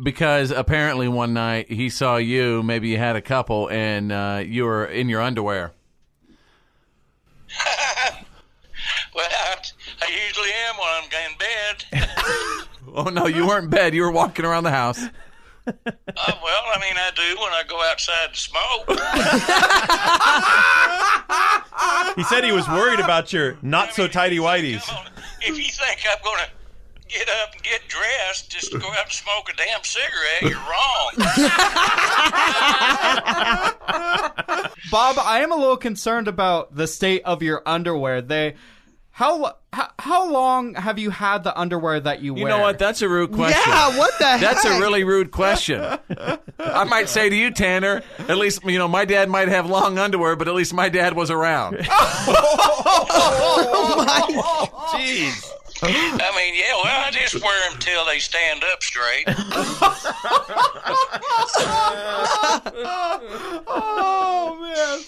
because apparently one night he saw you maybe you had a couple and uh, you were in your underwear Well, I, I usually am when I'm in bed. oh no you weren't in bed you were walking around the house uh, well, I mean, I do when I go outside to smoke. He said he was worried about your not so tidy whities. if you think I'm going to get up and get dressed just to go out and smoke a damn cigarette, you're wrong. Bob, I am a little concerned about the state of your underwear. They How, how how long have you had the underwear that you, You wear? know what? That's a rude question. Yeah, what the That's heck? a really rude question. I might say to you, Tanner, at least, you know, my dad might have long underwear, but at least my dad was around. oh my! Jeez. I mean, yeah. Well, I just wear them till they stand up straight. oh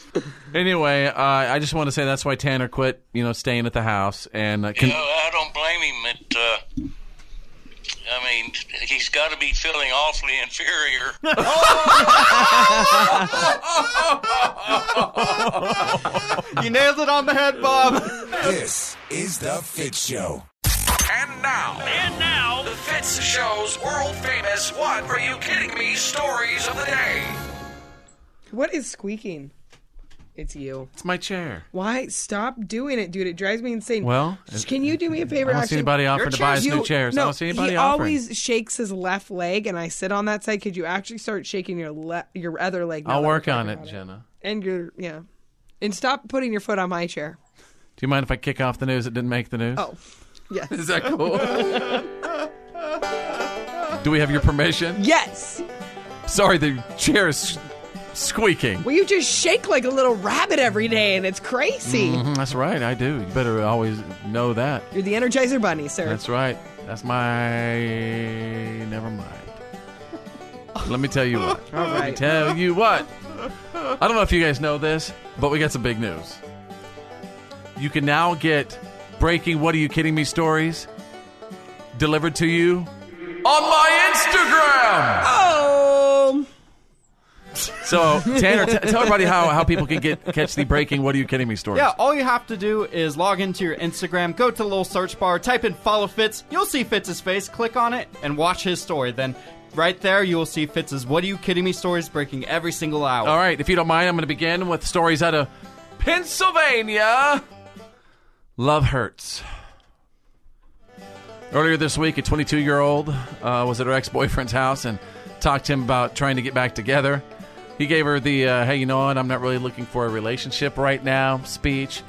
Anyway, uh, I just want to say that's why Tanner quit, you know, staying at the house. And uh, con- You know, I don't blame him. It, uh, I mean, he's got to be feeling awfully inferior. man, you nailed it on the head, Bob. This is the Fit Show. And now, and now, the Fitz Show's world famous "What Are You Kidding Me?" stories of the day. What is squeaking? It's you. It's my chair. Why? Stop doing it, dude. It drives me insane. Well, Sh- can you do me a favor? I don't see actually? anybody offering Your to buy us new You- chairs. I No, don't see anybody he offering. always shakes his left leg, and I sit on that side. Could you actually start shaking your le- your other leg? now I'll that we're work talking on it, about Jenna. And your yeah, and stop putting your foot on my chair. Do you mind if I kick off the news that didn't make the news? Oh, yes. Is that cool? Do we have your permission? yes. Sorry, the chair is squeaking. Well, you just shake like a little rabbit every day, and it's crazy. Mhm, that's right, I do. You better always know that. You're the Energizer Bunny, sir. That's right. That's my. Never mind. Let me tell you what. All Let me right. tell you what. I don't know if you guys know this, but we got some big news. You can now get breaking "What Are You Kidding Me" stories delivered to you on my Instagram. Oh. So Tanner, t- tell everybody how, how people can get catch the breaking "What Are You Kidding Me" stories. Yeah, all you have to do is log into your Instagram, go to the little search bar, type in follow Fitz, you'll see Fitz's face, click on it, and watch his story. Then right there you will see Fitz's What Are You Kidding Me stories breaking every single hour. All right, if you don't mind, I'm going to begin with stories out of Pennsylvania. Love hurts. Earlier this week, a 22 year old uh, was at her ex boyfriend's house and talked to him about trying to get back together. He gave her the, uh, hey, you know what? I'm not really looking for a relationship right now speech.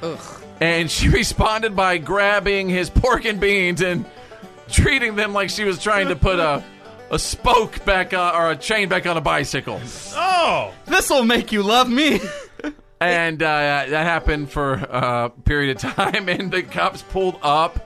And she responded by grabbing his pork and beans and treating them like she was trying to put a, a spoke back on, or a chain back on a bicycle. Oh! This'll make you love me. And uh, that happened for a period of time, and the cops pulled up,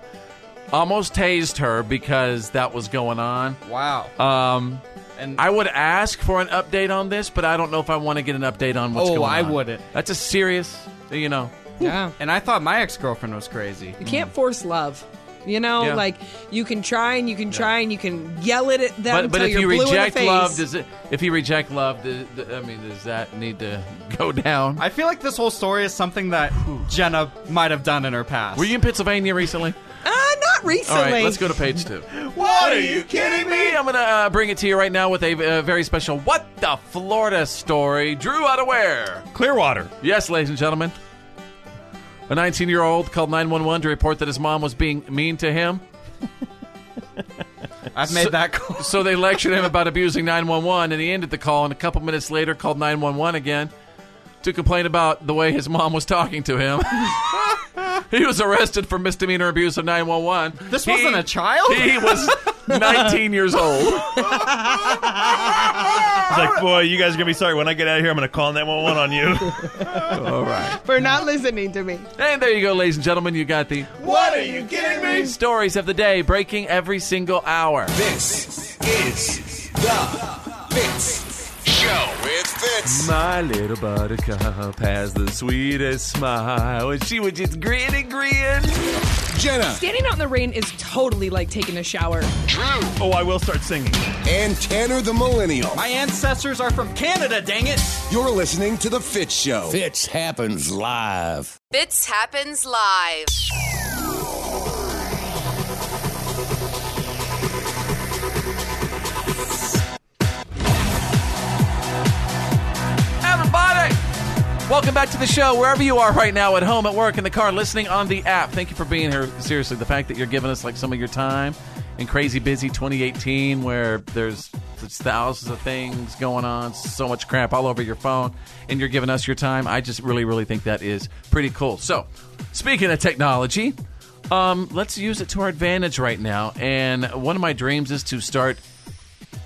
almost tased her because that was going on. Wow. Um, and I would ask for an update on this, but I don't know if I want to get an update on what's Oh, going on. I wouldn't. That's a serious, you know. Yeah. And I thought my ex girlfriend was crazy. You can't force love. You know, Yeah. like you can try and you can try and you can yell it at them But, but until if you're you blue in the reject face. love, does it? If you reject love, does, I mean, does that need to go down? I feel like this whole story is something that Jenna might have done in her past. Were you in Pennsylvania recently? Uh, not recently. All right, let's go to page two. What are you kidding me? I'm gonna uh, bring it to you right now with a uh, very special "What the Florida" story. Drew out of where? Clearwater. Yes, ladies and gentlemen. A 19-year-old called 911 to report that his mom was being mean to him. I've made that call. So they lectured him about abusing 911, and he ended the call. And a couple minutes later, called 911 again to complain about the way his mom was talking to him. he was arrested for misdemeanor abuse of 911. This He- wasn't a child? He was 19 years old. It's like, boy, you guys are gonna be sorry when I get out of here. I'm gonna call 911 on you. All right. For not listening to me. And there you go, ladies and gentlemen. You got the What are you kidding stories of the day breaking every single hour. This is the Fitz Show with Fitz. My little buttercup has the sweetest smile, and she would just grin and grin. Jenna. Standing out in the rain is totally like taking a shower. Drew. Oh, I will start singing. And Tanner the Millennial. My ancestors are from Canada, dang it! You're listening to the Fitz Show. Fitz happens live. Fitz happens live. Everybody, welcome back to the show. Wherever you are right now, at home, at work, in the car, listening on the app, thank you for being here. Seriously, the fact that you're giving us like some of your time in crazy busy 2018, where there's just thousands of things going on, so much crap all over your phone, and you're giving us your time. I just really, really think that is pretty cool. So, speaking of technology. Um, let's use it to our advantage right now. And one of my dreams is to start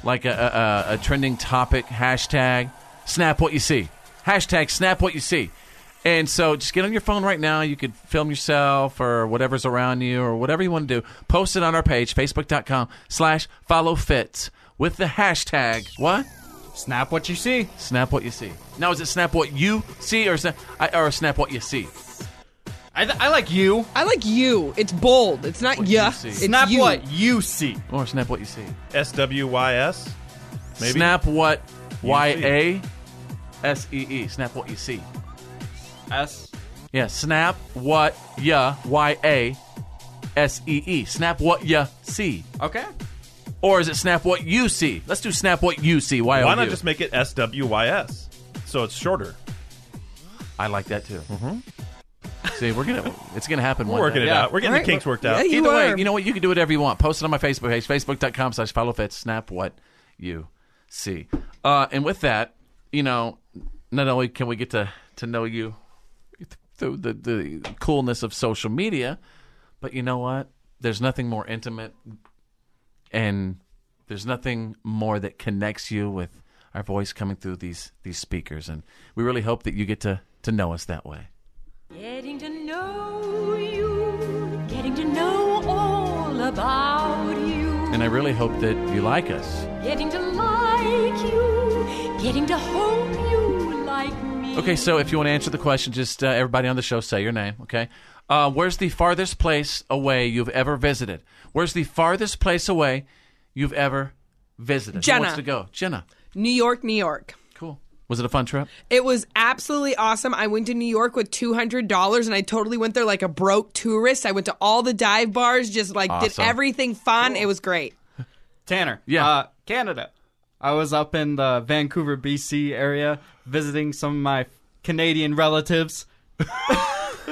like a, a, a trending topic hashtag snap what you see hashtag snap what you see and so just get on your phone right now you could film yourself or whatever's around you or whatever you want to do post it on our page facebook.com slash follow fits with the hashtag what snap what you see snap what you see now is it snap what you see or, sna- I- or snap what you see I, th- I like you. I like you. It's bold. It's not yeah. It's Snap you. what you see. Or snap what you see. S W Y S. Maybe. Snap what Y A S E E. Snap what you see. S. Yeah, snap what ya Y A S E E. Snap what ya see. Okay. Or is it snap what you see? Let's do snap what you see. Why Why not just make it S W Y S? So it's shorter. Mm-hmm. I like that too. See, we're gonna it's gonna happen. We're one working day. it out. We're getting the kinks worked out. Yeah, you Either way, are. you know what? You can do whatever you want. Post it on my Facebook page, facebook.com slash follow fit. Snap what you see. Uh, and with that, you know, not only can we get to to know you through the, the coolness of social media, but you know what? There's nothing more intimate and there's nothing more that connects you with our voice coming through these these speakers. And we really hope that you get to to know us that way. Getting to know you, getting to know all about you, And I really hope that you like us. getting to like you, getting to hope you like me. Okay, so if you want to answer the question, just uh, everybody on the show say your name, okay? Uh, where's the farthest place away you've ever visited? Where's the farthest place away you've ever visited? Jenna. Who wants to go? Jenna. New York, New York. Cool. Was it a fun trip? It was absolutely awesome. I went to New York with two hundred dollars, and I totally went there like a broke tourist. I went to all the dive bars, just like Awesome. did everything fun. It was great. Tanner. Yeah. Uh, Canada. I was up in the Vancouver, BC area visiting some of my Canadian relatives.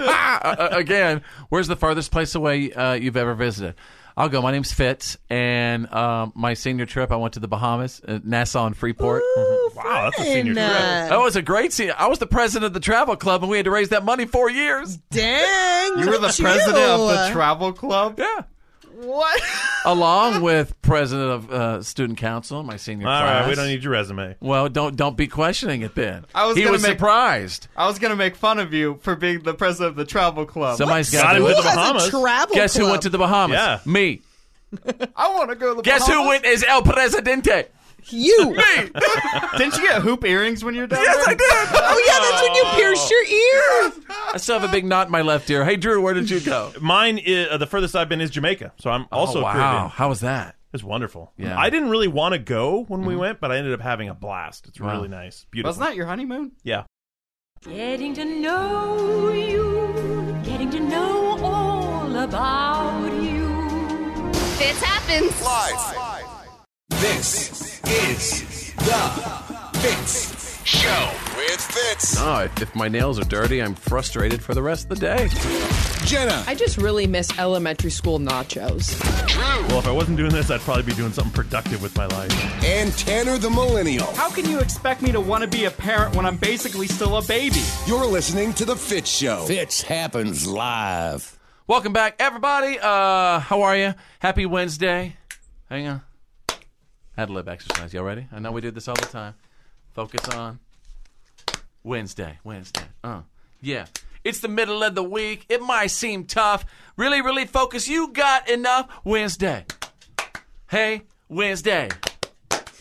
Ah, uh, uh, again, where's the farthest place away uh, you've ever visited? I'll go. My name's Fitz, and um, my senior trip, I went to the Bahamas, uh, Nassau and Freeport. Wow, that's a senior trip. fun. That was a great senior. I was the president of the travel club, and we had to raise that money four years. Dang. You were the president of the travel club? Yeah. What? along with president of uh, student council, my senior All class. right, we don't need your resume. Well, don't don't be questioning it then. I was he gonna was make- surprised. I was going to make fun of you for being the president of the travel club. Somebody's got to Guess who went to the Bahamas? Yeah. me. I want to go to the Guess who Bahamas. went as El Presidente? You. me. Didn't you get hoop earrings when you were down Yes, I there? did. Oh yeah, that's when you pierced your ear. I still have a big knot in my left ear. Hey, Drew, where did you go? Mine, is, uh, the furthest I've been is Jamaica, so I'm also oh, wow. Caribbean. How was that? It's wonderful. Yeah. Mm-hmm. I didn't really want to go when we went, but I ended up having a blast. It's Wow. really nice, beautiful. Wasn't that your honeymoon? yeah. Getting to know you, getting to know all about you. This happens Live. This is the Fitz Show with Fitz. No, if, if my nails are dirty, I'm frustrated for the rest of the day. Jenna. I just really miss elementary school nachos. Well, if I wasn't doing this, I'd probably be doing something productive with my life. And Tanner the Millennial. How can you expect me to want to be a parent when I'm basically still a baby? You're listening to The Fitz Show. Fitz happens live. Welcome back, everybody. Uh, how are you? Happy Wednesday. Hang on. Ad lib exercise. Y'all ready? I know we do this all the time. Focus on Wednesday. Wednesday. Uh, yeah. It's the middle of the week. It might seem tough. Really, really focus. You got enough Wednesday. Hey, Wednesday.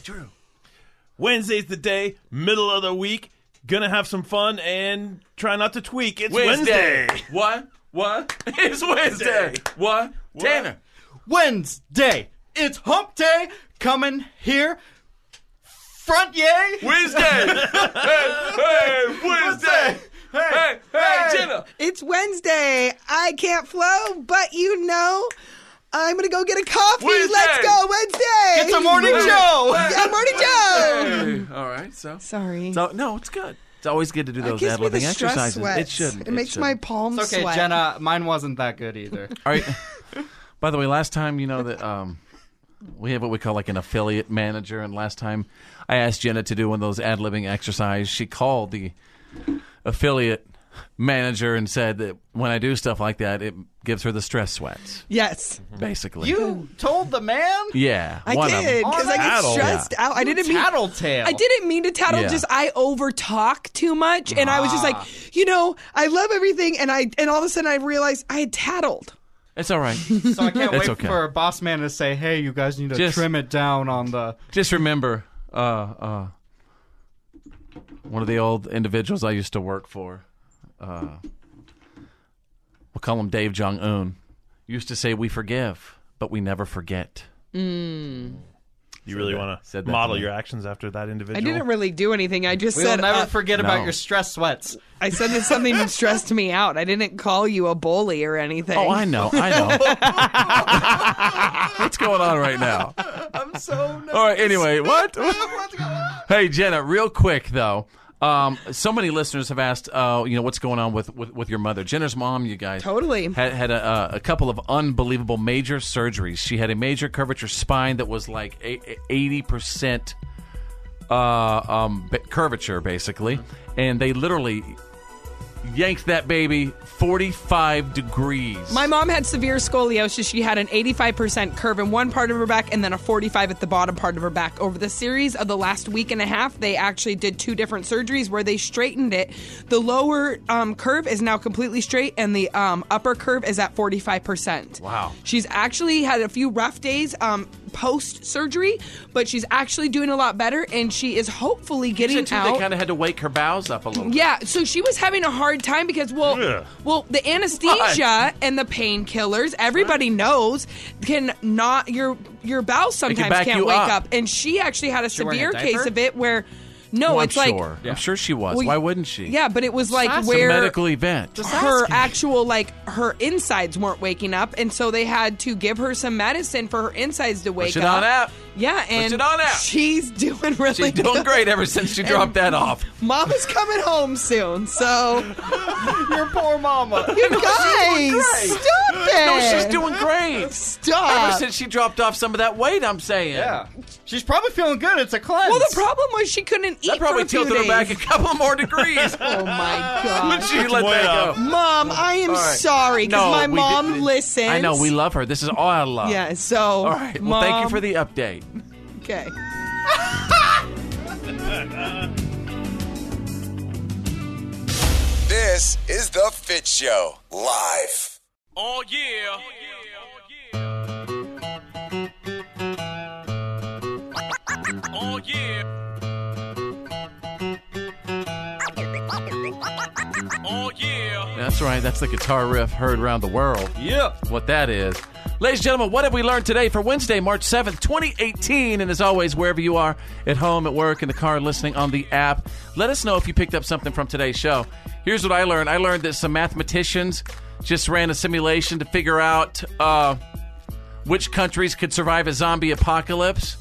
Drew. Wednesday's the day, middle of the week. Gonna have some fun and try not to tweak. It's Wednesday. What? What? It's Wednesday. What? Tanner. Wednesday. It's hump day coming here. Front yay. Wednesday. hey, hey, Wednesday. Hey, hey, Jenna. It's Wednesday. I can't flow, but you know, I'm gonna go get a coffee. Wednesday. Let's go Wednesday. It's a morning show. Yeah, morning Joe. Hey. All right, so. Sorry. So, no, it's good. It's always good to do those gives ad me the libbing stress exercises. It sweats. shouldn't. It makes my shouldn't. palms It's okay, sweat. Jenna. Mine wasn't that good either. All right. By the way, last time you know that um, we have what we call like an affiliate manager, and last time I asked Jenna to do one of those ad libbing exercises, she called the affiliate manager and said that when I do stuff like that, it gives her the stress sweats. Yes. Basically. You told the man? Yeah. I one of 'em. did because I get Tattle. stressed Yeah. out. I didn't mean tattletale. I didn't mean to tattle. Yeah. Just I over talk too much, and I was just like, Ah. you know, I love everything, and I and all of a sudden I realized I had tattled. It's all right. So I can't It's wait okay. for a boss man to say, "Hey, you guys need to Just- trim it down on the." Just remember, uh, uh, one of the old individuals I used to work for, uh, we'll call him Dave Jong Un, used to say, "We forgive, but we never forget." Hmm. Mm. You really that- want to said that to model me. your actions after that individual? I didn't really do anything. I just We will said never uh, forget about No. your stress sweats. I said that something that stressed me out. I didn't call you a bully or anything. Oh, I know, I know. What's going on right now? I'm so All right. Anyway, what? hey, Jenna, real quick though. Um, so many listeners have asked, uh, you know, what's going on with, with, with your mother, Jenna's mom. You guys Totally. had, had a, uh, a couple of unbelievable major surgeries. She had a major curvature spine that was like eighty percent uh, um, ba- curvature, basically, Mm-hmm. and they literally yanked that baby forty five degrees. My mom had severe scoliosis. She had an 85% curve in one part of her back and then a 45 at the bottom part of her back. Over the series of the last week and a half, they actually did two different surgeries where they straightened it. The lower um, curve is now completely straight and the um, upper curve is at 45%. Wow. She's actually had a few rough days um, post surgery, but she's actually doing a lot better and she is hopefully getting She said, too, out. They kind of had to wake her bows up a little. Yeah, so she was having a hard time because well, Yeah. well, the anesthesia and the painkillers, everybody knows can not your your bowels They can sometimes back can't you wake up. up. and she actually had a She wearing a severe case diaper? of it where no, Well, it's I'm like sure. I'm sure she was. Well, Why wouldn't she? yeah, but it was like It's where a medical event. her actual like her insides weren't waking up, and so they had to give her some medicine for her insides to wake it up. on out. Yeah, and it on out. she's doing really She's doing good. great ever since she And dropped that off. Mama's coming home soon, so your poor mama. You guys, stop it! No, she's doing great. Stop. Ever since she dropped off some of that weight, I'm saying. Yeah. She's probably feeling good. It's a cleanse. Well, the problem was she couldn't eat. That probably for a few tilted her back a days. couple more degrees. oh my god! When she let that go. Mom, I am All right. sorry because No, my we mom didn't. listens. I know we love her. This is all I love. Yeah. So, All right. Well, thank you Mom. for the update. Okay. This is The Fit Show live. Oh yeah. Oh yeah. Oh yeah. That's right. That's the guitar riff heard around the world. Yeah. What that is. Ladies and gentlemen, what have we learned today for Wednesday, March 7th, 2018? And as always, wherever you are, at home, at work, in the car, listening on the app, let us know if you picked up something from today's show. Here's what I learned I learned that some mathematicians just ran a simulation to figure out uh, which countries could survive a zombie apocalypse.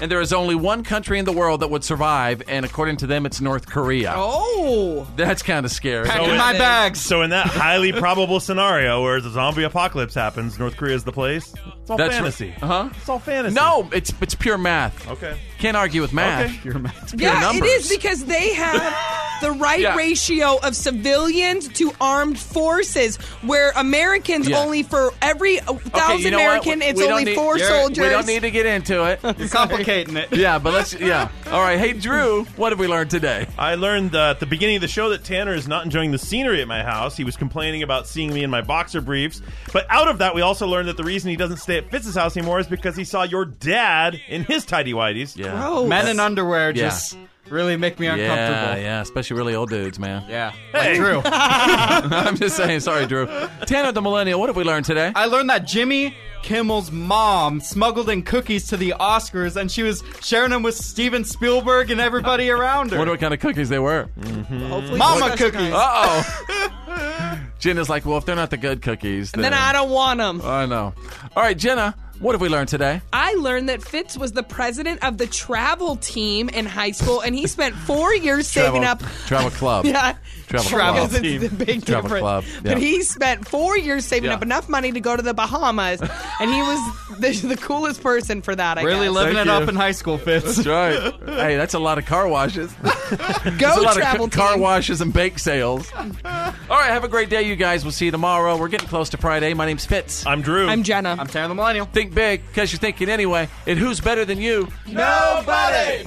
And there is only one country in the world that would survive, and according to them, it's North Korea. Oh. That's kind of scary. bags. So in that highly probable scenario where the zombie apocalypse happens, North Korea is the place. It's all That's fantasy. Uh huh. It's all fantasy. No, it's it's pure math. Okay. Can't argue with math. Okay. Pure math. It's pure Yeah, numbers. it is because they have the right Yeah. ratio of civilians to armed forces, where Americans Yeah. only for every uh, Okay, you thousand know what? American, We- it's we don't only need- four Garrett, soldiers. We don't need to get into it. You're complicating it. Yeah, but let's. Yeah. All right. Hey, Drew. What have we learned today? I learned uh, at the beginning of the show that Tanner is not enjoying the scenery at my house. He was complaining about seeing me in my boxer briefs. But out of that, we also learned that the reason he doesn't stay at Fitz's house anymore is because he saw your dad in his tidy whities. Yeah. Oh. Men in underwear just really make me Yeah, uncomfortable. yeah. Especially really old dudes, man. Yeah. Hey. Like Drew. I'm just saying. Sorry, Drew. Tanner the Millennial. What have we learned today? I learned that Jimmy Kimmel's mom smuggled in cookies to the Oscars, and she was sharing them with Steven Spielberg and everybody around her. Wonder what kind of cookies they were. Mama cookies. Uh oh. Jenna's like, well, if they're not the good cookies, then, Then I don't want them. I know. All right, Jenna. What have we learned today? I learned that Fitz was the president of the travel team in high school, and he spent four years saving travel, up. Travel club. Yeah, Travel because club. it's the big Travel difference. club, yeah. But he spent four years saving Yeah. up enough money to go to the Bahamas, and he was the, the coolest person for that. I Really guess. living it up in you. high school, Fitz. That's right. hey, that's a lot of car washes. That's a lot travel of ca- car team. washes and bake sales. All right, have a great day, you guys. We'll see you tomorrow. We're getting close to Friday. My name's Fitz. I'm Drew. I'm Jenna. I'm Tanner the Millennial. Think big, because you're thinking anyway. And who's better than you? Nobody!